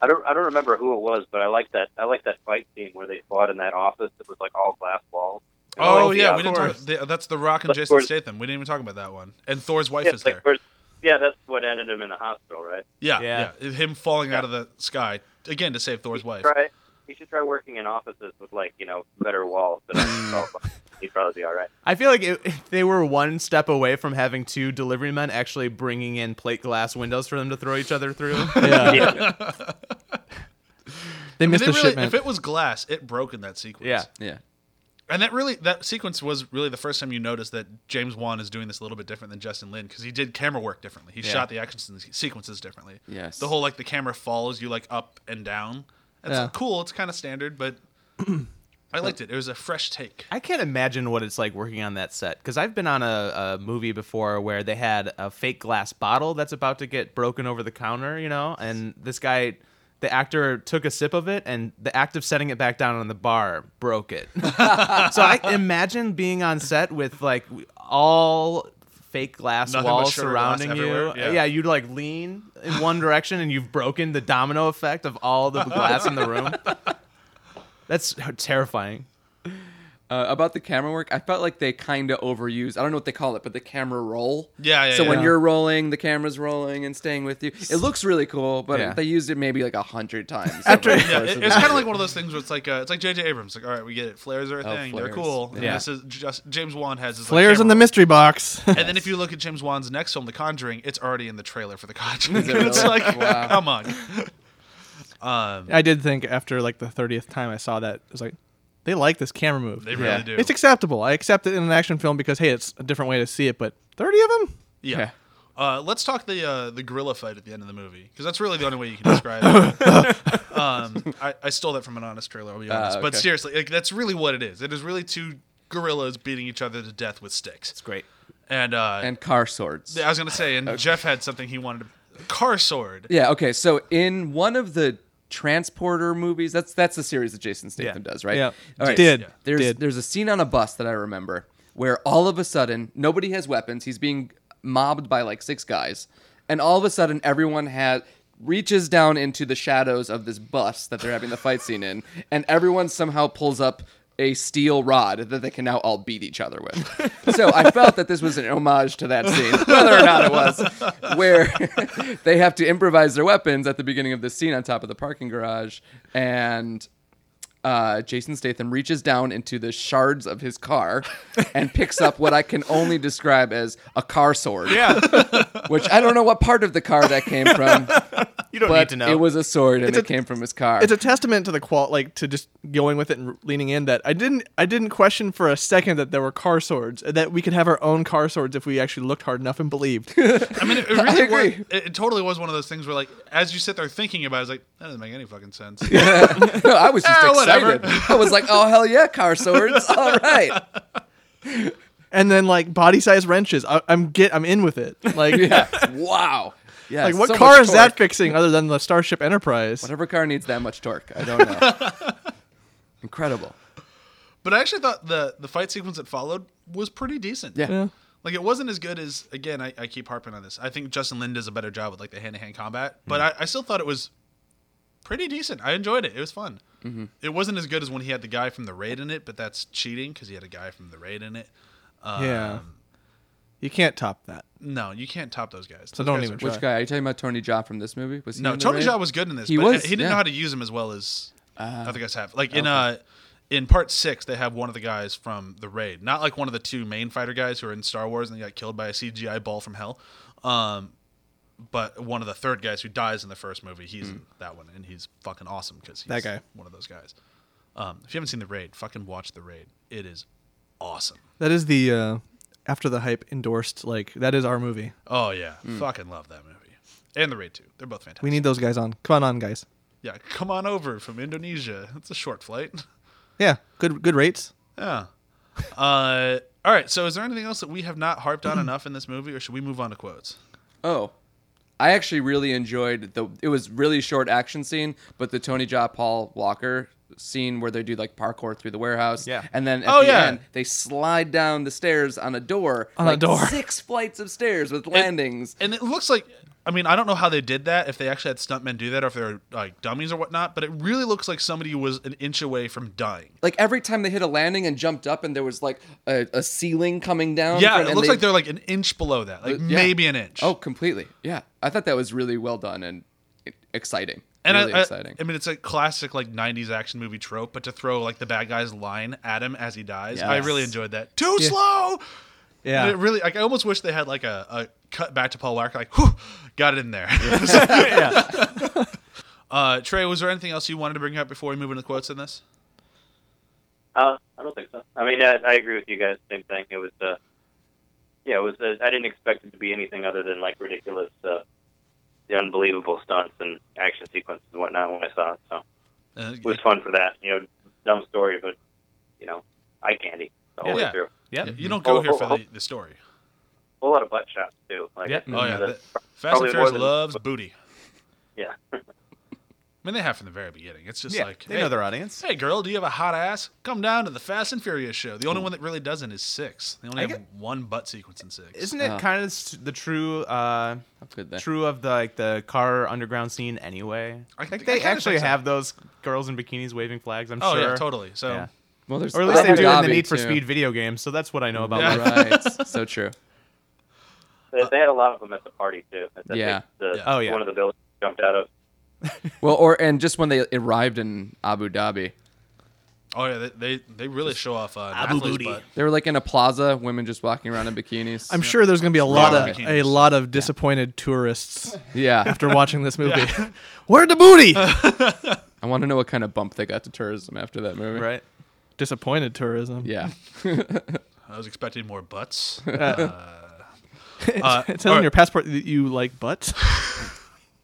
[SPEAKER 3] I don't I don't remember who it was, but I like that I like that fight scene where they fought in that office that was like all glass walls.
[SPEAKER 2] oh, yeah,
[SPEAKER 1] yeah,
[SPEAKER 2] we didn't
[SPEAKER 1] Thor.
[SPEAKER 2] talk. The, that's the Rock and
[SPEAKER 3] But
[SPEAKER 2] Jason
[SPEAKER 3] Thor's-
[SPEAKER 2] Statham. We didn't even talk about that one. And Thor's wife
[SPEAKER 3] Yeah,
[SPEAKER 2] is
[SPEAKER 3] like,
[SPEAKER 2] there.
[SPEAKER 3] where's- yeah, that's what ended him in the hospital, right?
[SPEAKER 2] Yeah, yeah,
[SPEAKER 1] Yeah.
[SPEAKER 2] Him falling out of the sky again to save Thor's wife.
[SPEAKER 3] Try you should try working in offices with like you know better walls. Than He'd probably be all right.
[SPEAKER 1] I feel like it, if they were one step away from having two delivery men actually bringing in plate glass windows for them to throw each other through.
[SPEAKER 5] Yeah.
[SPEAKER 3] Yeah.
[SPEAKER 5] They
[SPEAKER 2] And
[SPEAKER 5] missed
[SPEAKER 2] they
[SPEAKER 5] the
[SPEAKER 2] really-
[SPEAKER 5] shipment.
[SPEAKER 2] if it was glass, it broke in that sequence.
[SPEAKER 1] Yeah.
[SPEAKER 4] Yeah.
[SPEAKER 2] and that really that sequence was really the first time you noticed that James Wan is doing this a little bit different than Justin Lin because he did camera work differently. He
[SPEAKER 1] Yeah.
[SPEAKER 2] shot the action se- sequences differently.
[SPEAKER 4] Yes.
[SPEAKER 2] the whole like the camera follows you like up and down. It's
[SPEAKER 5] Yeah.
[SPEAKER 2] cool. It's kind of standard, but I liked it. It was a fresh take.
[SPEAKER 1] I can't imagine what it's like working on that set because I've been on a, a movie before where they had a fake glass bottle that's about to get broken over the counter, you know, and this guy, the actor, took a sip of it, and the act of setting it back down on the bar broke it. so I imagine being on set with like all fake glass
[SPEAKER 2] Nothing but
[SPEAKER 1] walls
[SPEAKER 2] shredded glass
[SPEAKER 1] surrounding you.
[SPEAKER 2] everywhere, yeah.
[SPEAKER 1] yeah, you'd like lean in one direction, and you've broken the domino effect of all the glass in the room. That's terrifying.
[SPEAKER 4] Uh, about the camera work, I felt like they kind of overused. I don't know what they call it, but the camera roll.
[SPEAKER 2] Yeah, yeah,
[SPEAKER 4] So when
[SPEAKER 2] yeah.
[SPEAKER 4] you're rolling, the camera's rolling and staying with you. It looks really cool, but
[SPEAKER 1] Yeah.
[SPEAKER 4] they used it maybe like a hundred times.
[SPEAKER 5] After-
[SPEAKER 4] over the
[SPEAKER 2] Yeah,
[SPEAKER 4] course
[SPEAKER 2] it,
[SPEAKER 4] of
[SPEAKER 2] it's
[SPEAKER 4] the-
[SPEAKER 2] kind of like one of those things where it's like uh, it's like J.J. Abrams. Like, all right, we get it. Flares are a
[SPEAKER 4] Oh,
[SPEAKER 2] thing. They're
[SPEAKER 4] flares.
[SPEAKER 2] cool.
[SPEAKER 1] Yeah.
[SPEAKER 2] And this is just James Wan has his like,
[SPEAKER 5] Flares in the
[SPEAKER 2] camera.
[SPEAKER 5] mystery box.
[SPEAKER 2] And then if you look at James Wan's next film, The Conjuring, it's already in the trailer for The Conjuring.
[SPEAKER 4] Is it
[SPEAKER 2] it's
[SPEAKER 4] really?
[SPEAKER 2] like,
[SPEAKER 4] Wow.
[SPEAKER 2] come on. Um,
[SPEAKER 5] I did think after like the thirtieth time I saw that, it was like, they like this camera move.
[SPEAKER 2] they really
[SPEAKER 4] Yeah.
[SPEAKER 2] do.
[SPEAKER 5] It's acceptable. I accept it in an action film because hey, it's a different way to see it. But thirty of them,
[SPEAKER 2] yeah.
[SPEAKER 4] Yeah.
[SPEAKER 2] Uh, let's talk the uh, the gorilla fight at the end of the movie because that's really the only way you can describe it. um, I, I stole that from an honest trailer. I'll be honest, but
[SPEAKER 4] Ah, okay.
[SPEAKER 2] seriously, like, that's really what it is. It is really two gorillas beating each other to death with sticks.
[SPEAKER 1] It's great.
[SPEAKER 2] And uh,
[SPEAKER 4] and car swords.
[SPEAKER 2] I was gonna say, and Jeff had something he wanted to car sword.
[SPEAKER 4] Yeah. Okay. So in one of the transporter movies, that's that's the series that Jason Statham
[SPEAKER 1] Yeah.
[SPEAKER 4] does, right?
[SPEAKER 5] Yeah.
[SPEAKER 4] All right.
[SPEAKER 5] Did. Yeah.
[SPEAKER 4] There's
[SPEAKER 5] Did.
[SPEAKER 4] there's a scene on a bus that I remember where all of a sudden nobody has weapons. He's being mobbed by like six guys, and all of a sudden everyone has reaches down into the shadows of this bus that they're having the fight scene in, and everyone somehow pulls up. A steel rod that they can now all beat each other with. So I felt that this was an homage to that scene, whether or not it was where they have to improvise their weapons at the beginning of this scene on top of the parking garage and uh, Jason Statham reaches down into the shards of his car and picks up what I can only describe as a car sword. Yeah. Which I don't know what part of the car that came from,
[SPEAKER 1] You don't need
[SPEAKER 4] but
[SPEAKER 1] to know.
[SPEAKER 4] it was a sword and
[SPEAKER 5] It's
[SPEAKER 4] it
[SPEAKER 5] a-
[SPEAKER 4] came from his car.
[SPEAKER 5] it's a testament to the qual like to just going with it and leaning in that I didn't I didn't question for a second that there were car swords and that we could have our own car swords if we actually looked hard enough and believed.
[SPEAKER 2] I mean, it, it really
[SPEAKER 4] agree.
[SPEAKER 2] was- it, it totally was one of those things where, like, as you sit there thinking about, it, it's like that doesn't make any fucking sense.
[SPEAKER 4] no, I was just
[SPEAKER 2] Ah, whatever.
[SPEAKER 4] excited. I was like, oh, hell yeah, car swords. All right.
[SPEAKER 5] and then like body size wrenches, I, I'm get I'm in with it. Like
[SPEAKER 4] Yeah. Wow. Yeah.
[SPEAKER 5] like what
[SPEAKER 4] so
[SPEAKER 5] car
[SPEAKER 4] much
[SPEAKER 5] is that
[SPEAKER 4] torque.
[SPEAKER 5] fixing other than the Starship Enterprise?
[SPEAKER 4] Whatever car needs that much torque. I don't know. Incredible.
[SPEAKER 2] But I actually thought the the fight sequence that followed was pretty decent.
[SPEAKER 4] Yeah.
[SPEAKER 5] Yeah.
[SPEAKER 2] Like it wasn't as good as again I, I keep harping on this. I think Justin Lin does a better job with like the hand to hand combat, but I, I still thought it was pretty decent. I enjoyed it. It was fun. It wasn't as good as when he had the guy from the raid in it, but that's cheating because he had a guy from the raid in it.
[SPEAKER 5] Yeah. Um, You can't top that.
[SPEAKER 2] No, you can't top those guys.
[SPEAKER 5] So
[SPEAKER 2] Those
[SPEAKER 5] don't
[SPEAKER 2] guys
[SPEAKER 5] even
[SPEAKER 2] are-
[SPEAKER 5] try.
[SPEAKER 4] Which guy? Are you talking about Tony Jaa from this movie? Was he
[SPEAKER 2] No,
[SPEAKER 4] in the
[SPEAKER 2] Tony
[SPEAKER 4] raid?
[SPEAKER 2] Jaa was good in this.
[SPEAKER 4] He
[SPEAKER 2] but
[SPEAKER 4] was,
[SPEAKER 2] He didn't
[SPEAKER 4] yeah.
[SPEAKER 2] know how to use him as well as
[SPEAKER 5] Ah.
[SPEAKER 2] other guys have. Like in uh, in part six, they have one of the guys from the raid, not like one of the two main fighter guys who are in Star Wars and they got killed by a CGI ball from hell. Um, but one of the third guys who dies in the first movie, he's in that one, and he's fucking awesome because he's
[SPEAKER 5] Hmm. That guy.
[SPEAKER 2] one of those guys. Um, if you haven't seen the raid, fucking watch the raid. It is awesome.
[SPEAKER 5] That is the uh, after the hype endorsed like that is our movie.
[SPEAKER 2] Oh yeah, fucking love that movie and the raid too. They're both fantastic.
[SPEAKER 5] Hmm. We need those guys on. Come on, on guys.
[SPEAKER 2] yeah, come on over from Indonesia. It's a short flight.
[SPEAKER 5] Yeah, good good rates.
[SPEAKER 2] Yeah. Uh, all right. So, is there anything else that we have not harped on enough in this movie, or should we move on to quotes?
[SPEAKER 4] Oh, I actually really enjoyed the. It was really short action scene, but the Tony Jaa Paul Walker scene where they do like parkour through the warehouse.
[SPEAKER 1] Yeah.
[SPEAKER 4] And then at
[SPEAKER 2] Oh,
[SPEAKER 4] the
[SPEAKER 2] yeah.
[SPEAKER 4] end, they slide down the stairs on a door.
[SPEAKER 5] On a
[SPEAKER 4] like,
[SPEAKER 5] door.
[SPEAKER 4] Six flights of stairs with landings.
[SPEAKER 2] And it looks like. I mean, I don't know how they did that. If they actually had stuntmen do that, or if they were like dummies or whatnot. But it really looks like somebody was an inch away from dying.
[SPEAKER 4] like every time they hit a landing and jumped up, and there was like a, a ceiling coming down.
[SPEAKER 2] Yeah,
[SPEAKER 4] from-
[SPEAKER 2] it
[SPEAKER 4] and
[SPEAKER 2] looks
[SPEAKER 4] they-
[SPEAKER 2] like they're like an inch below that, like
[SPEAKER 4] yeah.
[SPEAKER 2] maybe an inch.
[SPEAKER 4] Oh, completely. Yeah, I thought that was really well done and e, exciting.
[SPEAKER 2] and
[SPEAKER 4] really
[SPEAKER 2] I, I,
[SPEAKER 4] exciting.
[SPEAKER 2] I mean, it's a classic like '90s action movie trope. But to throw like the bad guy's line at him as he dies, I
[SPEAKER 4] Yes.
[SPEAKER 2] really enjoyed that. Too slow. And It really, like, I almost wish they had like a, a cut back to Paul Walker, like, whew, got it in there. uh, Trey, was there anything else you wanted to bring up before we move into quotes in this?
[SPEAKER 3] Uh, I don't think so. I mean, I, I agree with you guys. Same thing. It was, uh, yeah, it was. Uh, I didn't expect it to be anything other than like ridiculous, uh, the unbelievable stunts and action sequences and whatnot when I saw it. So
[SPEAKER 2] Uh,
[SPEAKER 3] it was fun for that. You know, dumb story, but you know, eye candy the whole
[SPEAKER 2] Yeah.
[SPEAKER 3] way through.
[SPEAKER 1] Yep.
[SPEAKER 2] You don't go
[SPEAKER 3] Oh,
[SPEAKER 2] here
[SPEAKER 3] oh,
[SPEAKER 2] for
[SPEAKER 3] oh.
[SPEAKER 2] the, the story.
[SPEAKER 3] A whole lot of butt shots too. Like,
[SPEAKER 1] Yep.
[SPEAKER 2] Oh yeah,
[SPEAKER 3] the-
[SPEAKER 2] the- Fast
[SPEAKER 3] probably
[SPEAKER 2] and Furious
[SPEAKER 3] more than-
[SPEAKER 2] loves booty.
[SPEAKER 3] yeah.
[SPEAKER 2] I mean, they have from the very beginning. It's just
[SPEAKER 1] Yeah,
[SPEAKER 2] like
[SPEAKER 1] they
[SPEAKER 2] hey,
[SPEAKER 1] know their audience.
[SPEAKER 2] Hey girl, do you have a hot ass? Come down to the Fast and Furious show. The only one that really doesn't is six. They only
[SPEAKER 1] Mm. I
[SPEAKER 2] have
[SPEAKER 1] get-
[SPEAKER 2] one butt sequence in six.
[SPEAKER 1] Isn't it
[SPEAKER 4] Oh.
[SPEAKER 1] kind of s- the true uh,
[SPEAKER 4] Good there.
[SPEAKER 1] true of the like the car underground scene anyway?
[SPEAKER 2] I
[SPEAKER 1] like
[SPEAKER 2] think- I
[SPEAKER 1] they
[SPEAKER 2] kinda
[SPEAKER 1] actually
[SPEAKER 2] think so.
[SPEAKER 1] have those girls in bikinis waving flags. I'm
[SPEAKER 2] Oh
[SPEAKER 1] sure.
[SPEAKER 2] yeah, totally. So
[SPEAKER 1] Yeah.
[SPEAKER 4] Well, there's
[SPEAKER 1] Or at least they
[SPEAKER 4] Abu
[SPEAKER 1] do it in the
[SPEAKER 4] Dhabi,
[SPEAKER 1] Need for
[SPEAKER 4] too.
[SPEAKER 1] Speed video games. So that's what I know about.
[SPEAKER 2] Yeah.
[SPEAKER 1] Yeah.
[SPEAKER 4] right. So true.
[SPEAKER 3] They, they had a lot of them at the party too. At the,
[SPEAKER 4] Yeah.
[SPEAKER 3] The,
[SPEAKER 2] Yeah.
[SPEAKER 1] Oh, yeah.
[SPEAKER 3] One of the buildings jumped out of.
[SPEAKER 4] Well, or and just when they arrived in Abu Dhabi,
[SPEAKER 2] oh yeah, they they, they really show off uh,
[SPEAKER 1] Abu
[SPEAKER 2] Natalie's
[SPEAKER 1] Booty.
[SPEAKER 2] butt.
[SPEAKER 4] they were like in a plaza, women just walking around in bikinis.
[SPEAKER 5] I'm sure there's going to be a lot
[SPEAKER 2] Yeah.
[SPEAKER 5] of a lot of disappointed tourists
[SPEAKER 4] Yeah.
[SPEAKER 5] after watching this movie. Where'd the booty?
[SPEAKER 4] I want to know what kind of bump they got to tourism after that movie.
[SPEAKER 1] Right.
[SPEAKER 5] disappointed tourism.
[SPEAKER 4] Yeah.
[SPEAKER 2] I was expecting more butts. Uh,
[SPEAKER 5] It says on
[SPEAKER 2] alright.
[SPEAKER 5] your passport that you like butts.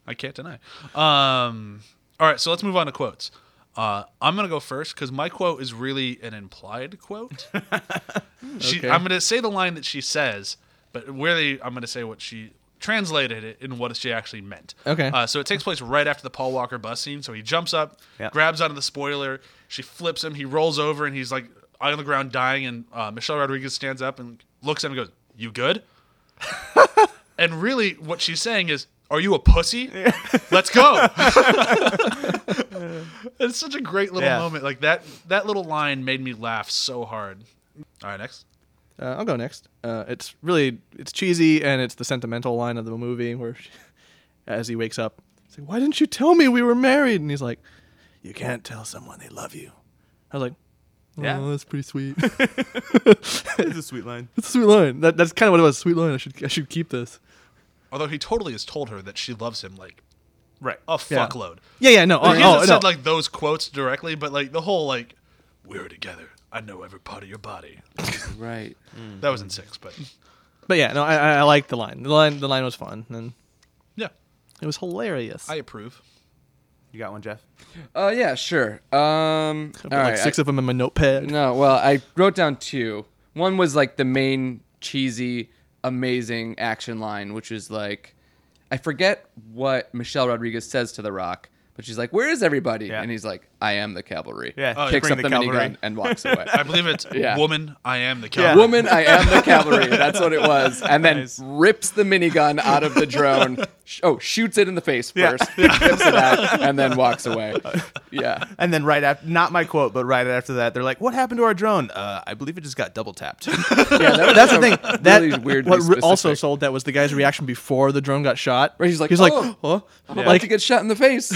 [SPEAKER 2] I can't deny. Um, all right, so let's move on to quotes. Uh, I'm gonna go first because my quote is really an implied quote. she,
[SPEAKER 4] Okay.
[SPEAKER 2] I'm gonna say the line that she says, but really, I'm gonna say what she translated it and what she actually meant.
[SPEAKER 5] Okay.
[SPEAKER 2] Uh, so it takes place right after the Paul Walker bus scene. So he jumps up,
[SPEAKER 1] Yeah.
[SPEAKER 2] grabs onto the spoiler. She flips him. He rolls over and he's like on the ground dying. And uh, Michelle Rodriguez stands up and looks at him and goes, "You good?" and really, what she's saying is, "Are you a pussy? Let's go." it's such a great little
[SPEAKER 1] Yeah.
[SPEAKER 2] moment. Like that. That little line made me laugh so hard. All right, next.
[SPEAKER 5] Uh, I'll go next. Uh, it's really it's cheesy and it's the sentimental line of the movie where, she, as he wakes up, he's like, "Why didn't you tell me we were married?" And he's like, "You can't tell someone they love you." I was like, "Oh,
[SPEAKER 1] Yeah.
[SPEAKER 5] that's pretty sweet.
[SPEAKER 1] It's a sweet line.
[SPEAKER 5] that's a sweet line. That, that's kind of what it was. Sweet line. I should I should keep this."
[SPEAKER 2] Although he totally has told her that she loves him like
[SPEAKER 1] Right.
[SPEAKER 2] a fuckload.
[SPEAKER 5] Oh. Yeah, yeah, no.
[SPEAKER 2] Like, he
[SPEAKER 5] oh,
[SPEAKER 2] hasn't
[SPEAKER 5] no.
[SPEAKER 2] said like those quotes directly, but like the whole like we're together. I know every part of your body.
[SPEAKER 4] Right.
[SPEAKER 2] That was in six, but
[SPEAKER 5] but yeah, no. I, I, I like the line. The line the line was fun and
[SPEAKER 2] yeah,
[SPEAKER 5] it was hilarious.
[SPEAKER 2] I approve.
[SPEAKER 1] You got one, Jeff.
[SPEAKER 4] Uh, yeah, sure.
[SPEAKER 5] I
[SPEAKER 4] Um, all
[SPEAKER 5] put, like
[SPEAKER 4] right,
[SPEAKER 5] six
[SPEAKER 4] I-
[SPEAKER 5] of them in my notepad.
[SPEAKER 4] No, well, I wrote down two. One was like the main cheesy, amazing action line, which is like, I forget what Michelle Rodriguez says to The Rock, but she's like, "Where is everybody?"
[SPEAKER 1] Yeah.
[SPEAKER 4] And he's like, "I am the cavalry."
[SPEAKER 1] Yeah, Oh,
[SPEAKER 4] picks
[SPEAKER 1] bring the
[SPEAKER 4] up the,
[SPEAKER 1] cavalry.
[SPEAKER 4] minigun and walks away.
[SPEAKER 2] I believe it's
[SPEAKER 4] Yeah.
[SPEAKER 2] woman. I am the
[SPEAKER 1] Yeah.
[SPEAKER 2] cowboy.
[SPEAKER 4] Woman, I am the cavalry. That's what it was. And then
[SPEAKER 1] Nice.
[SPEAKER 4] rips the minigun out of the drone. Sh- Oh, shoots it in the face
[SPEAKER 1] Yeah.
[SPEAKER 4] first, rips it out, and then walks away. Yeah.
[SPEAKER 1] And then right after, not my quote, but right after that, they're like, "What happened to our drone? Uh, I believe it just got double tapped."
[SPEAKER 4] Yeah, that was
[SPEAKER 5] That's the
[SPEAKER 4] a
[SPEAKER 5] thing. That
[SPEAKER 4] really weird.
[SPEAKER 5] What re- also
[SPEAKER 4] specific.
[SPEAKER 5] sold that was the guy's reaction before the drone got shot.
[SPEAKER 4] Right, he's like,
[SPEAKER 5] he's like,
[SPEAKER 4] "Oh,
[SPEAKER 5] huh?
[SPEAKER 4] I'm about
[SPEAKER 5] like
[SPEAKER 4] to get shot in the face.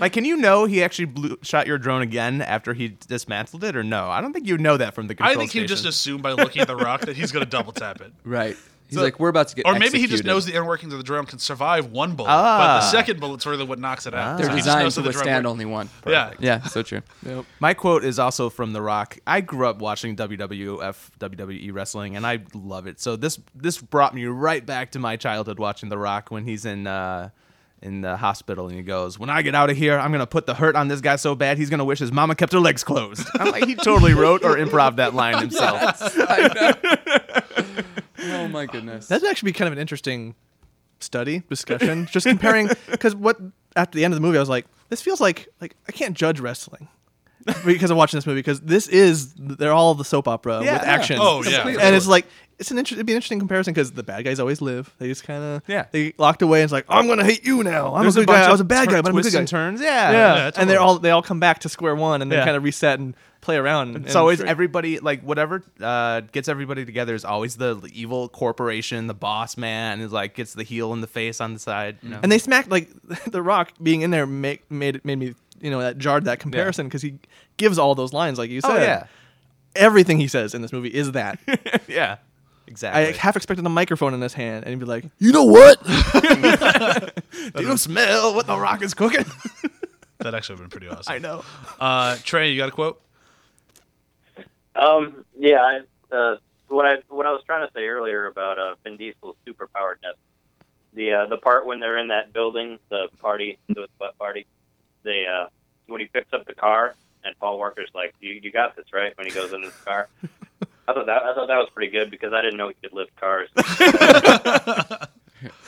[SPEAKER 1] like, can you know he actually blew, shot your drone again after he dismantled it, or no? I don't think you know that from the control
[SPEAKER 2] I think he just
[SPEAKER 1] station.
[SPEAKER 2] assumed by looking at the rock that he's gonna double tap it,
[SPEAKER 4] Right. He's like, we're about to get.
[SPEAKER 2] or maybe he just
[SPEAKER 4] executed."
[SPEAKER 2] knows the inner workings of the drone can survive one bullet, but
[SPEAKER 1] Ah.
[SPEAKER 2] the second bullet's really what knocks it out.
[SPEAKER 4] They're
[SPEAKER 2] So he just
[SPEAKER 4] designed
[SPEAKER 2] knows
[SPEAKER 4] to
[SPEAKER 2] that the drone
[SPEAKER 4] withstand
[SPEAKER 2] works.
[SPEAKER 4] only one.
[SPEAKER 2] Yeah.
[SPEAKER 4] Yeah, so true.
[SPEAKER 1] My quote is also from The Rock. I grew up watching WWF, WWE E wrestling, and I love it. So this this brought me right back to my childhood watching The Rock when he's in uh, in the hospital and he goes, "When I get out of here, I'm gonna put the hurt on this guy so bad he's gonna wish his mama kept her legs closed." I'm like, he totally wrote or improv that line himself.
[SPEAKER 4] Oh my goodness.
[SPEAKER 5] That'd actually be kind of an interesting study discussion, just comparing. Because what after the end of the movie, I was like, this feels like like I can't judge wrestling because of watching this movie because this is they're all the soap opera
[SPEAKER 1] Yeah.
[SPEAKER 5] with action.
[SPEAKER 2] Oh yeah,
[SPEAKER 4] Completely.
[SPEAKER 5] And it's like it's an inter- it'd be an interesting comparison because the bad guys always live. They just kind of
[SPEAKER 1] Yeah.
[SPEAKER 5] They locked away and it's like I'm gonna hate you now. I'm
[SPEAKER 1] There's
[SPEAKER 5] a good
[SPEAKER 1] bunch
[SPEAKER 5] guy. I
[SPEAKER 1] of
[SPEAKER 5] was a bad
[SPEAKER 1] tur-
[SPEAKER 5] guy, but I'm a good
[SPEAKER 1] twists
[SPEAKER 5] guy.
[SPEAKER 1] and turns. Yeah,
[SPEAKER 5] Yeah, and
[SPEAKER 2] totally.
[SPEAKER 5] they're all they all come back to square one and
[SPEAKER 1] Yeah.
[SPEAKER 5] then kind of reset and play around.
[SPEAKER 1] It's always everybody like whatever uh, gets everybody together is always the evil corporation, the boss man, is like gets the heel in the face on the side. You know?
[SPEAKER 5] and they smacked like the Rock being in there make, made it made me you know that jarred that comparison because he gives all those lines like you said.
[SPEAKER 1] oh yeah,
[SPEAKER 5] everything he says in this movie is that.
[SPEAKER 1] yeah,
[SPEAKER 5] I
[SPEAKER 1] exactly.
[SPEAKER 5] half expected a microphone in his hand and he'd be like, "You know what?
[SPEAKER 1] Do you smell what the rock is cooking?
[SPEAKER 2] that actually would have been pretty awesome.
[SPEAKER 1] I know.
[SPEAKER 2] Uh, Trey, you got a quote?
[SPEAKER 3] Um, yeah, I, uh, what I what I was trying to say earlier about uh, Vin Diesel's superpoweredness, the uh, the part when they're in that building, the party, the butt party, they uh, when he picks up the car and Paul Walker's like, "You you got this right?" When he goes into the car, I thought that I thought that was pretty good because I didn't know he could lift cars.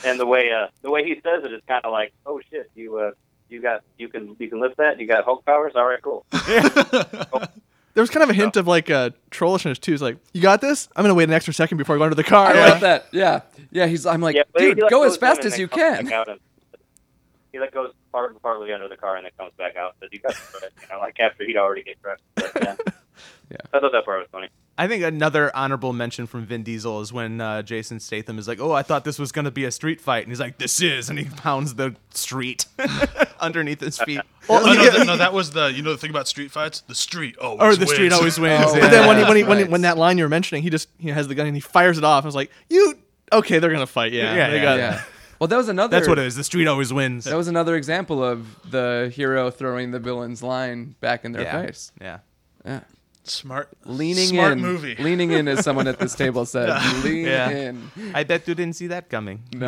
[SPEAKER 3] and the way uh the way he says it is kind of like, "Oh shit, you uh you got you can you can lift that? You got Hulk powers? All right, cool."
[SPEAKER 5] There was kind of a hint of like a trollishness too. It's like, you got this? I'm gonna wait an extra second before I go under the car.
[SPEAKER 4] I
[SPEAKER 5] Like,
[SPEAKER 4] like that. Yeah, yeah. He's. I'm like,
[SPEAKER 3] Yeah, but he,
[SPEAKER 4] dude,
[SPEAKER 3] like, "Oh,
[SPEAKER 4] go
[SPEAKER 3] goes
[SPEAKER 4] as fast
[SPEAKER 3] in and
[SPEAKER 4] as
[SPEAKER 3] then
[SPEAKER 4] you
[SPEAKER 3] comes back
[SPEAKER 4] can.
[SPEAKER 3] out and- He like goes part, partly under the car and then comes back out. But you got this right, you know, like after he'd already get crushed. But, yeah.
[SPEAKER 4] Yeah.
[SPEAKER 3] I thought that part was funny.
[SPEAKER 1] I think another honorable mention from Vin Diesel is when uh, Jason Statham is like, "Oh, I thought this was gonna be a street fight," and he's like, "This is," and he pounds the street underneath his feet.
[SPEAKER 5] Well,
[SPEAKER 2] Oh,
[SPEAKER 5] he-
[SPEAKER 2] no, th- no, that was the you know the thing about street fights. The street always
[SPEAKER 1] or the
[SPEAKER 2] wins.
[SPEAKER 1] street always wins.
[SPEAKER 4] Oh,
[SPEAKER 1] yeah.
[SPEAKER 5] But then when he, when, he, when, he,
[SPEAKER 4] Right.
[SPEAKER 5] when that line you were mentioning, he just he has the gun and he fires it off. I was like, you okay? They're gonna fight, yeah.
[SPEAKER 1] Yeah,
[SPEAKER 5] they
[SPEAKER 1] yeah,
[SPEAKER 5] got-
[SPEAKER 4] Yeah. Well, that was another.
[SPEAKER 1] That's what it is. The street always wins.
[SPEAKER 4] That was another example of the hero throwing the villain's line back in their
[SPEAKER 1] yeah.
[SPEAKER 4] face.
[SPEAKER 1] Yeah.
[SPEAKER 4] Yeah.
[SPEAKER 2] smart.
[SPEAKER 4] Leaning
[SPEAKER 2] smart
[SPEAKER 4] in.
[SPEAKER 2] movie.
[SPEAKER 4] Leaning in, as someone at this table said. Lean
[SPEAKER 1] Yeah.
[SPEAKER 4] in.
[SPEAKER 1] I bet you didn't see that coming.
[SPEAKER 4] No.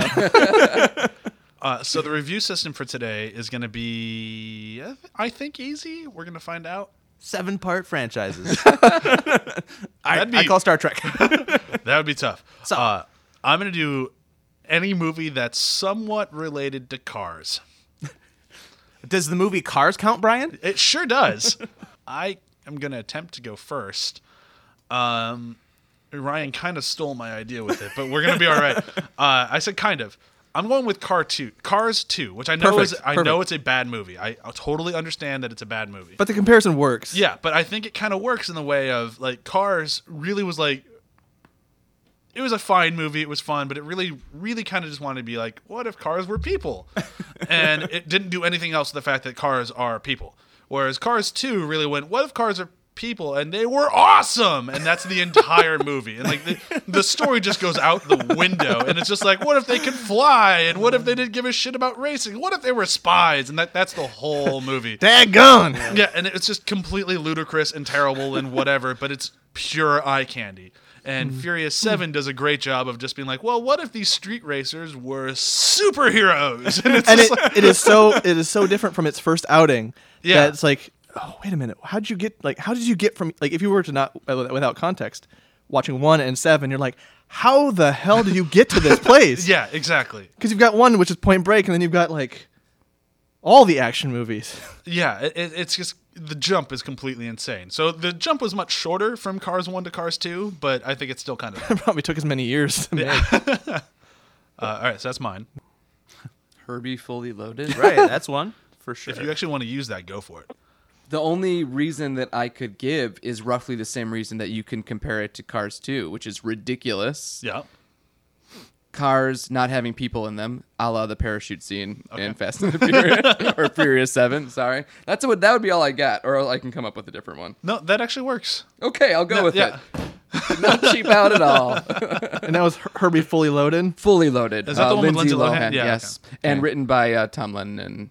[SPEAKER 2] Uh, so the review system for today is going to be, I th- I think, easy. We're going to find out.
[SPEAKER 1] Seven part franchises. I,
[SPEAKER 2] That'd be-
[SPEAKER 1] I call Star Trek.
[SPEAKER 2] That would be tough.
[SPEAKER 1] So-
[SPEAKER 2] uh, I'm going to do any movie that's somewhat related to cars.
[SPEAKER 1] Does the movie Cars count, Brian?
[SPEAKER 2] It sure does. I am going to attempt to go first. Um, Ryan kind of stole my idea with it, but we're going to be all right. Uh, I said kind of. I'm going with Car Two, Cars Two, which I know is
[SPEAKER 5] Perfect,
[SPEAKER 2] I
[SPEAKER 5] perfect.
[SPEAKER 2] know it's a bad movie. I, I totally understand that it's a bad movie.
[SPEAKER 5] But the comparison works.
[SPEAKER 2] Yeah, but I think it kind of works in the way of like Cars really was like it was a fine movie, it was fun, but it really really kind of just wanted to be like what if cars were people? and it didn't do anything else to the fact that cars are people. Whereas Cars 2 really went what if cars are people and they were awesome and that's the entire movie and like the, the story just goes out the window and it's just like what if they could fly and what if they didn't give a shit about racing what if they were spies and that that's the whole movie
[SPEAKER 5] Daggone.
[SPEAKER 2] yeah, and it's just completely ludicrous and terrible and whatever, but it's pure eye candy. And
[SPEAKER 5] Mm.
[SPEAKER 2] Furious 7 does a great job of just being like, well, what if these street racers were superheroes? And it's
[SPEAKER 5] and
[SPEAKER 2] just
[SPEAKER 5] it,
[SPEAKER 2] like,
[SPEAKER 5] it is so it is so different from its first outing.
[SPEAKER 2] Yeah.
[SPEAKER 5] that it's like, oh wait a minute, how did you get like how did you get from like if you were to not uh, without context, watching one and seven, you're like, how the hell did you get to this place?
[SPEAKER 2] yeah, exactly.
[SPEAKER 5] because you've got one which is Point Break, and then you've got like all the action movies.
[SPEAKER 2] Yeah, it, it, it's just the jump is completely insane. So the jump was much shorter from Cars 1 to Cars 2, but I think it's still kind of.
[SPEAKER 5] it probably took as many years. To make.
[SPEAKER 2] Uh, all right, so that's mine.
[SPEAKER 4] Herbie fully loaded.
[SPEAKER 1] Right, that's one for sure.
[SPEAKER 2] If you actually want to use that, go for it.
[SPEAKER 4] The only reason that I could give is roughly the same reason that you can compare it to Cars 2, which is ridiculous.
[SPEAKER 2] Yeah.
[SPEAKER 4] Cars not having people in them, a la the parachute scene in Fast and the Furious or Furious Seven. Sorry, that's what that would be all I got, or I can come up with a different one.
[SPEAKER 2] No, that actually works.
[SPEAKER 4] Okay, I'll go with
[SPEAKER 2] yeah.
[SPEAKER 4] it. Did Not cheap out at all.
[SPEAKER 5] and that was Her- Herbie Fully Loaded.
[SPEAKER 4] Fully loaded. Uh,
[SPEAKER 2] Is that the one with Lindsay Lohan? Yeah,
[SPEAKER 4] yes, and written by uh, Tom Lennon and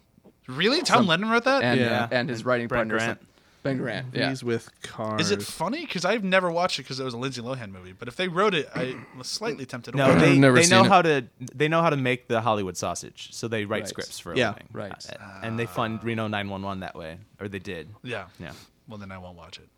[SPEAKER 2] Really? Tom Lennon wrote that?
[SPEAKER 4] and,
[SPEAKER 5] Yeah.
[SPEAKER 4] and his writing
[SPEAKER 1] Brent
[SPEAKER 4] partner
[SPEAKER 1] Grant.
[SPEAKER 4] some- Ben Grant. Yeah.
[SPEAKER 5] Movies with cars.
[SPEAKER 2] Is it funny? Because I've never watched it because it was a Lindsay Lohan movie. But if they wrote it, I was slightly tempted. to
[SPEAKER 1] No,
[SPEAKER 2] watch
[SPEAKER 1] they,
[SPEAKER 2] it.
[SPEAKER 4] never
[SPEAKER 1] they know
[SPEAKER 4] seen it.
[SPEAKER 1] how to they know how to make the Hollywood sausage. So they write
[SPEAKER 4] Right.
[SPEAKER 1] scripts for a
[SPEAKER 5] Yeah.
[SPEAKER 1] living.
[SPEAKER 4] Right.
[SPEAKER 1] Uh, and they fund Reno 911 that way, or they did.
[SPEAKER 2] yeah.
[SPEAKER 1] Yeah.
[SPEAKER 2] Well, then I won't watch it.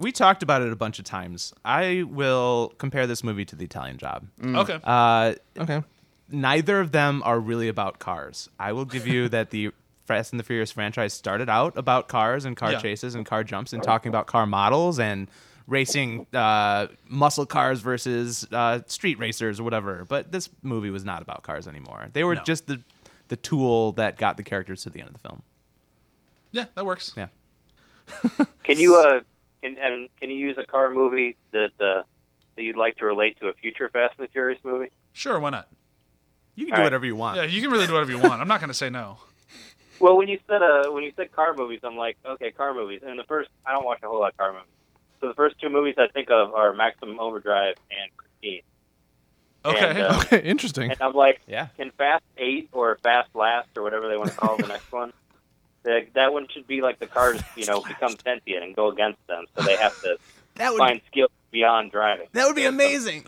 [SPEAKER 1] We talked about it a bunch of times. I will compare this movie to The Italian Job.
[SPEAKER 2] Okay.
[SPEAKER 1] Uh,
[SPEAKER 5] Okay.
[SPEAKER 1] neither of them are really about cars. I will give you that the Fast and the Furious franchise started out about cars and car
[SPEAKER 2] Yeah.
[SPEAKER 1] chases and car jumps and talking about car models and racing uh, muscle cars versus uh, street racers or whatever. But this movie was not about cars anymore. They were
[SPEAKER 2] No.
[SPEAKER 1] just the the tool that got the characters to the end of the film.
[SPEAKER 2] yeah, that works.
[SPEAKER 1] Yeah.
[SPEAKER 3] Can you uh can and can you use a car movie that uh, that you'd like to relate to a future Fast and the Furious movie?
[SPEAKER 2] Sure. Why not?
[SPEAKER 1] You can
[SPEAKER 3] All
[SPEAKER 1] do
[SPEAKER 3] right.
[SPEAKER 1] whatever you want.
[SPEAKER 2] Yeah, you can really do whatever you want. I'm not going to say no.
[SPEAKER 3] Well, when you said uh when you said car movies, I'm like, okay, car movies. And the first, I don't watch a whole lot of car movies. So the first two movies I think of are Maximum Overdrive and Christine.
[SPEAKER 2] Okay.
[SPEAKER 3] And, uh,
[SPEAKER 5] Okay. Interesting.
[SPEAKER 3] And I'm like,
[SPEAKER 1] Yeah.
[SPEAKER 3] can Fast Eight or Fast Last or whatever they want to call the next one, that that one should be like the cars, you know, become sentient and go against them, so they have to
[SPEAKER 1] That would
[SPEAKER 3] find skills beyond driving.
[SPEAKER 1] that would be amazing.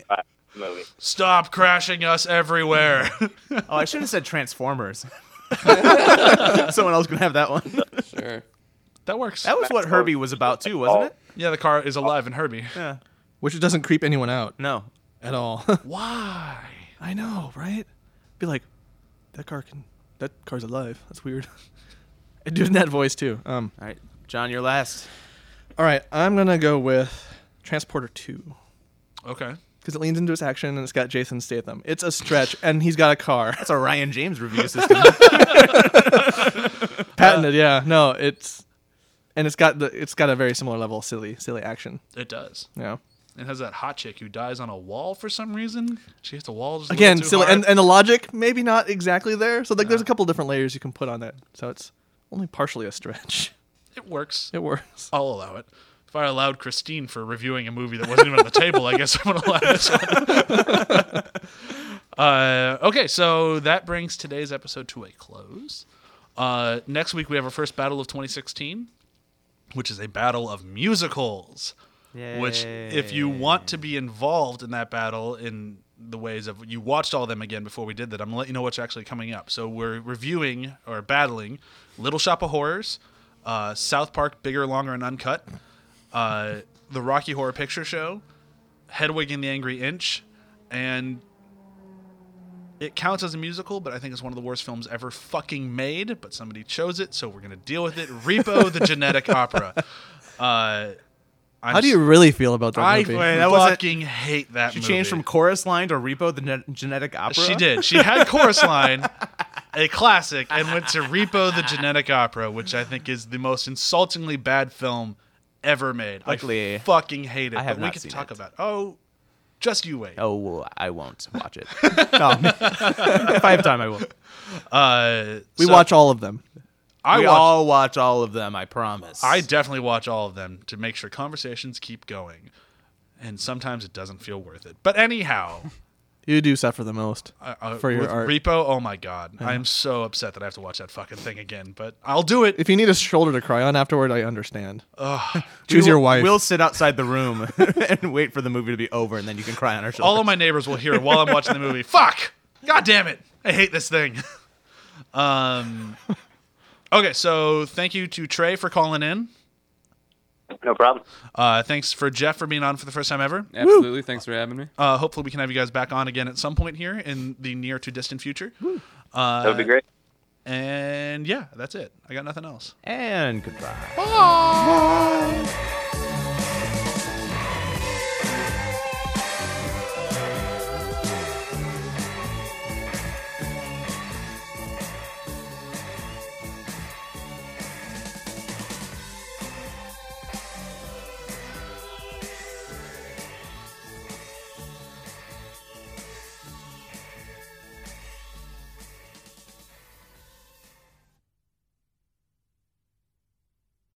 [SPEAKER 3] Movie.
[SPEAKER 2] Stop crashing us everywhere.
[SPEAKER 1] Oh, I should have said Transformers. Someone else can have that one.
[SPEAKER 4] Sure.
[SPEAKER 2] That works.
[SPEAKER 1] That was what Herbie was about too, wasn't it?
[SPEAKER 2] yeah, the car is alive in Herbie.
[SPEAKER 1] Yeah.
[SPEAKER 5] Which doesn't creep anyone out
[SPEAKER 1] No.
[SPEAKER 5] at all.
[SPEAKER 2] Why?
[SPEAKER 5] I know, right? Be like, that car can, that car's alive. That's weird. Doing that voice too. Um,
[SPEAKER 1] All right, John, you're last.
[SPEAKER 5] all right, I'm gonna go with Transporter Two
[SPEAKER 2] Okay.
[SPEAKER 5] because it leans into its action and it's got Jason Statham. It's a stretch, and he's got a car.
[SPEAKER 1] That's a Ryan James review system.
[SPEAKER 5] patented. Uh, yeah, no, it's and it's got the it's got a very similar level of silly silly action.
[SPEAKER 2] It does.
[SPEAKER 5] Yeah.
[SPEAKER 2] It has that hot chick who dies on a wall for some reason. She hits a wall just a little
[SPEAKER 5] Again,
[SPEAKER 2] too
[SPEAKER 5] silly,
[SPEAKER 2] hard.
[SPEAKER 5] and, and the logic maybe not exactly there. So like, there's a couple different layers you can put on that. So it's only partially a stretch.
[SPEAKER 2] it works.
[SPEAKER 5] It works.
[SPEAKER 2] I'll allow it. If I allowed Christine for reviewing a movie that wasn't even on the table, I guess I'm gonna allow this one. uh, okay, so that brings today's episode to a close. Uh, next week we have our first battle of 2016, which is a battle of musicals. Which, if you want to be involved in that battle in the ways of you watched all of them again before we did that, I'm gonna let you know what's actually coming up. So we're reviewing or battling Little Shop of Horrors, uh, South Park, Bigger, Longer, and Uncut, uh, The Rocky Horror Picture Show, Hedwig and the Angry Inch, and it counts as a musical, but I think it's one of the worst films ever fucking made. But somebody chose it, so we're gonna deal with it. Repo the Genetic Opera. Uh, I'm
[SPEAKER 5] How do you really feel about that
[SPEAKER 2] I
[SPEAKER 5] movie?
[SPEAKER 1] wait, that wasn't-
[SPEAKER 2] fucking hate that
[SPEAKER 1] She
[SPEAKER 2] movie.
[SPEAKER 1] changed from chorus line to repo the ne- genetic opera.
[SPEAKER 2] She did. She had Chorus Line, a classic, and went to Repo the Genetic Opera, which I think is the most insultingly bad film ever made. I
[SPEAKER 1] Luckily,
[SPEAKER 2] fucking hate it.
[SPEAKER 1] I have
[SPEAKER 2] but we
[SPEAKER 1] not
[SPEAKER 2] can
[SPEAKER 1] seen
[SPEAKER 2] talk
[SPEAKER 1] it.
[SPEAKER 2] about Oh, just you wait.
[SPEAKER 1] Oh, well, I won't watch it. no. if I have time, I will.
[SPEAKER 2] Uh,
[SPEAKER 5] we
[SPEAKER 2] so
[SPEAKER 5] watch all of them.
[SPEAKER 2] I
[SPEAKER 1] we
[SPEAKER 2] watch-
[SPEAKER 1] all watch all of them. I promise.
[SPEAKER 2] I definitely watch all of them to make sure conversations keep going. And sometimes it doesn't feel worth it. But anyhow,
[SPEAKER 5] You do suffer the most
[SPEAKER 2] I- I-
[SPEAKER 5] for your
[SPEAKER 2] with
[SPEAKER 5] art.
[SPEAKER 2] Repo, oh my god, I am so upset that I have to watch that fucking thing again. But I'll do it.
[SPEAKER 5] if you need a shoulder to cry on afterward, I understand.
[SPEAKER 2] Ugh.
[SPEAKER 1] We
[SPEAKER 5] Choose your
[SPEAKER 1] will-
[SPEAKER 5] wife.
[SPEAKER 1] We'll sit outside the room and wait for the movie to be over, and then you can cry on our shoulder.
[SPEAKER 2] all of my neighbors will hear it while I'm watching the movie. Fuck! God damn it! I hate this thing. um. Okay, so thank you to Trey for calling in.
[SPEAKER 3] No problem.
[SPEAKER 2] Uh, thanks for Jeff for being on for the first time ever.
[SPEAKER 4] Absolutely. Thanks for having me.
[SPEAKER 2] Uh, hopefully, we can have you guys back on again at some point here in the near to distant future. Uh,
[SPEAKER 3] That would be great.
[SPEAKER 2] And yeah, that's it. I got nothing else.
[SPEAKER 1] and goodbye.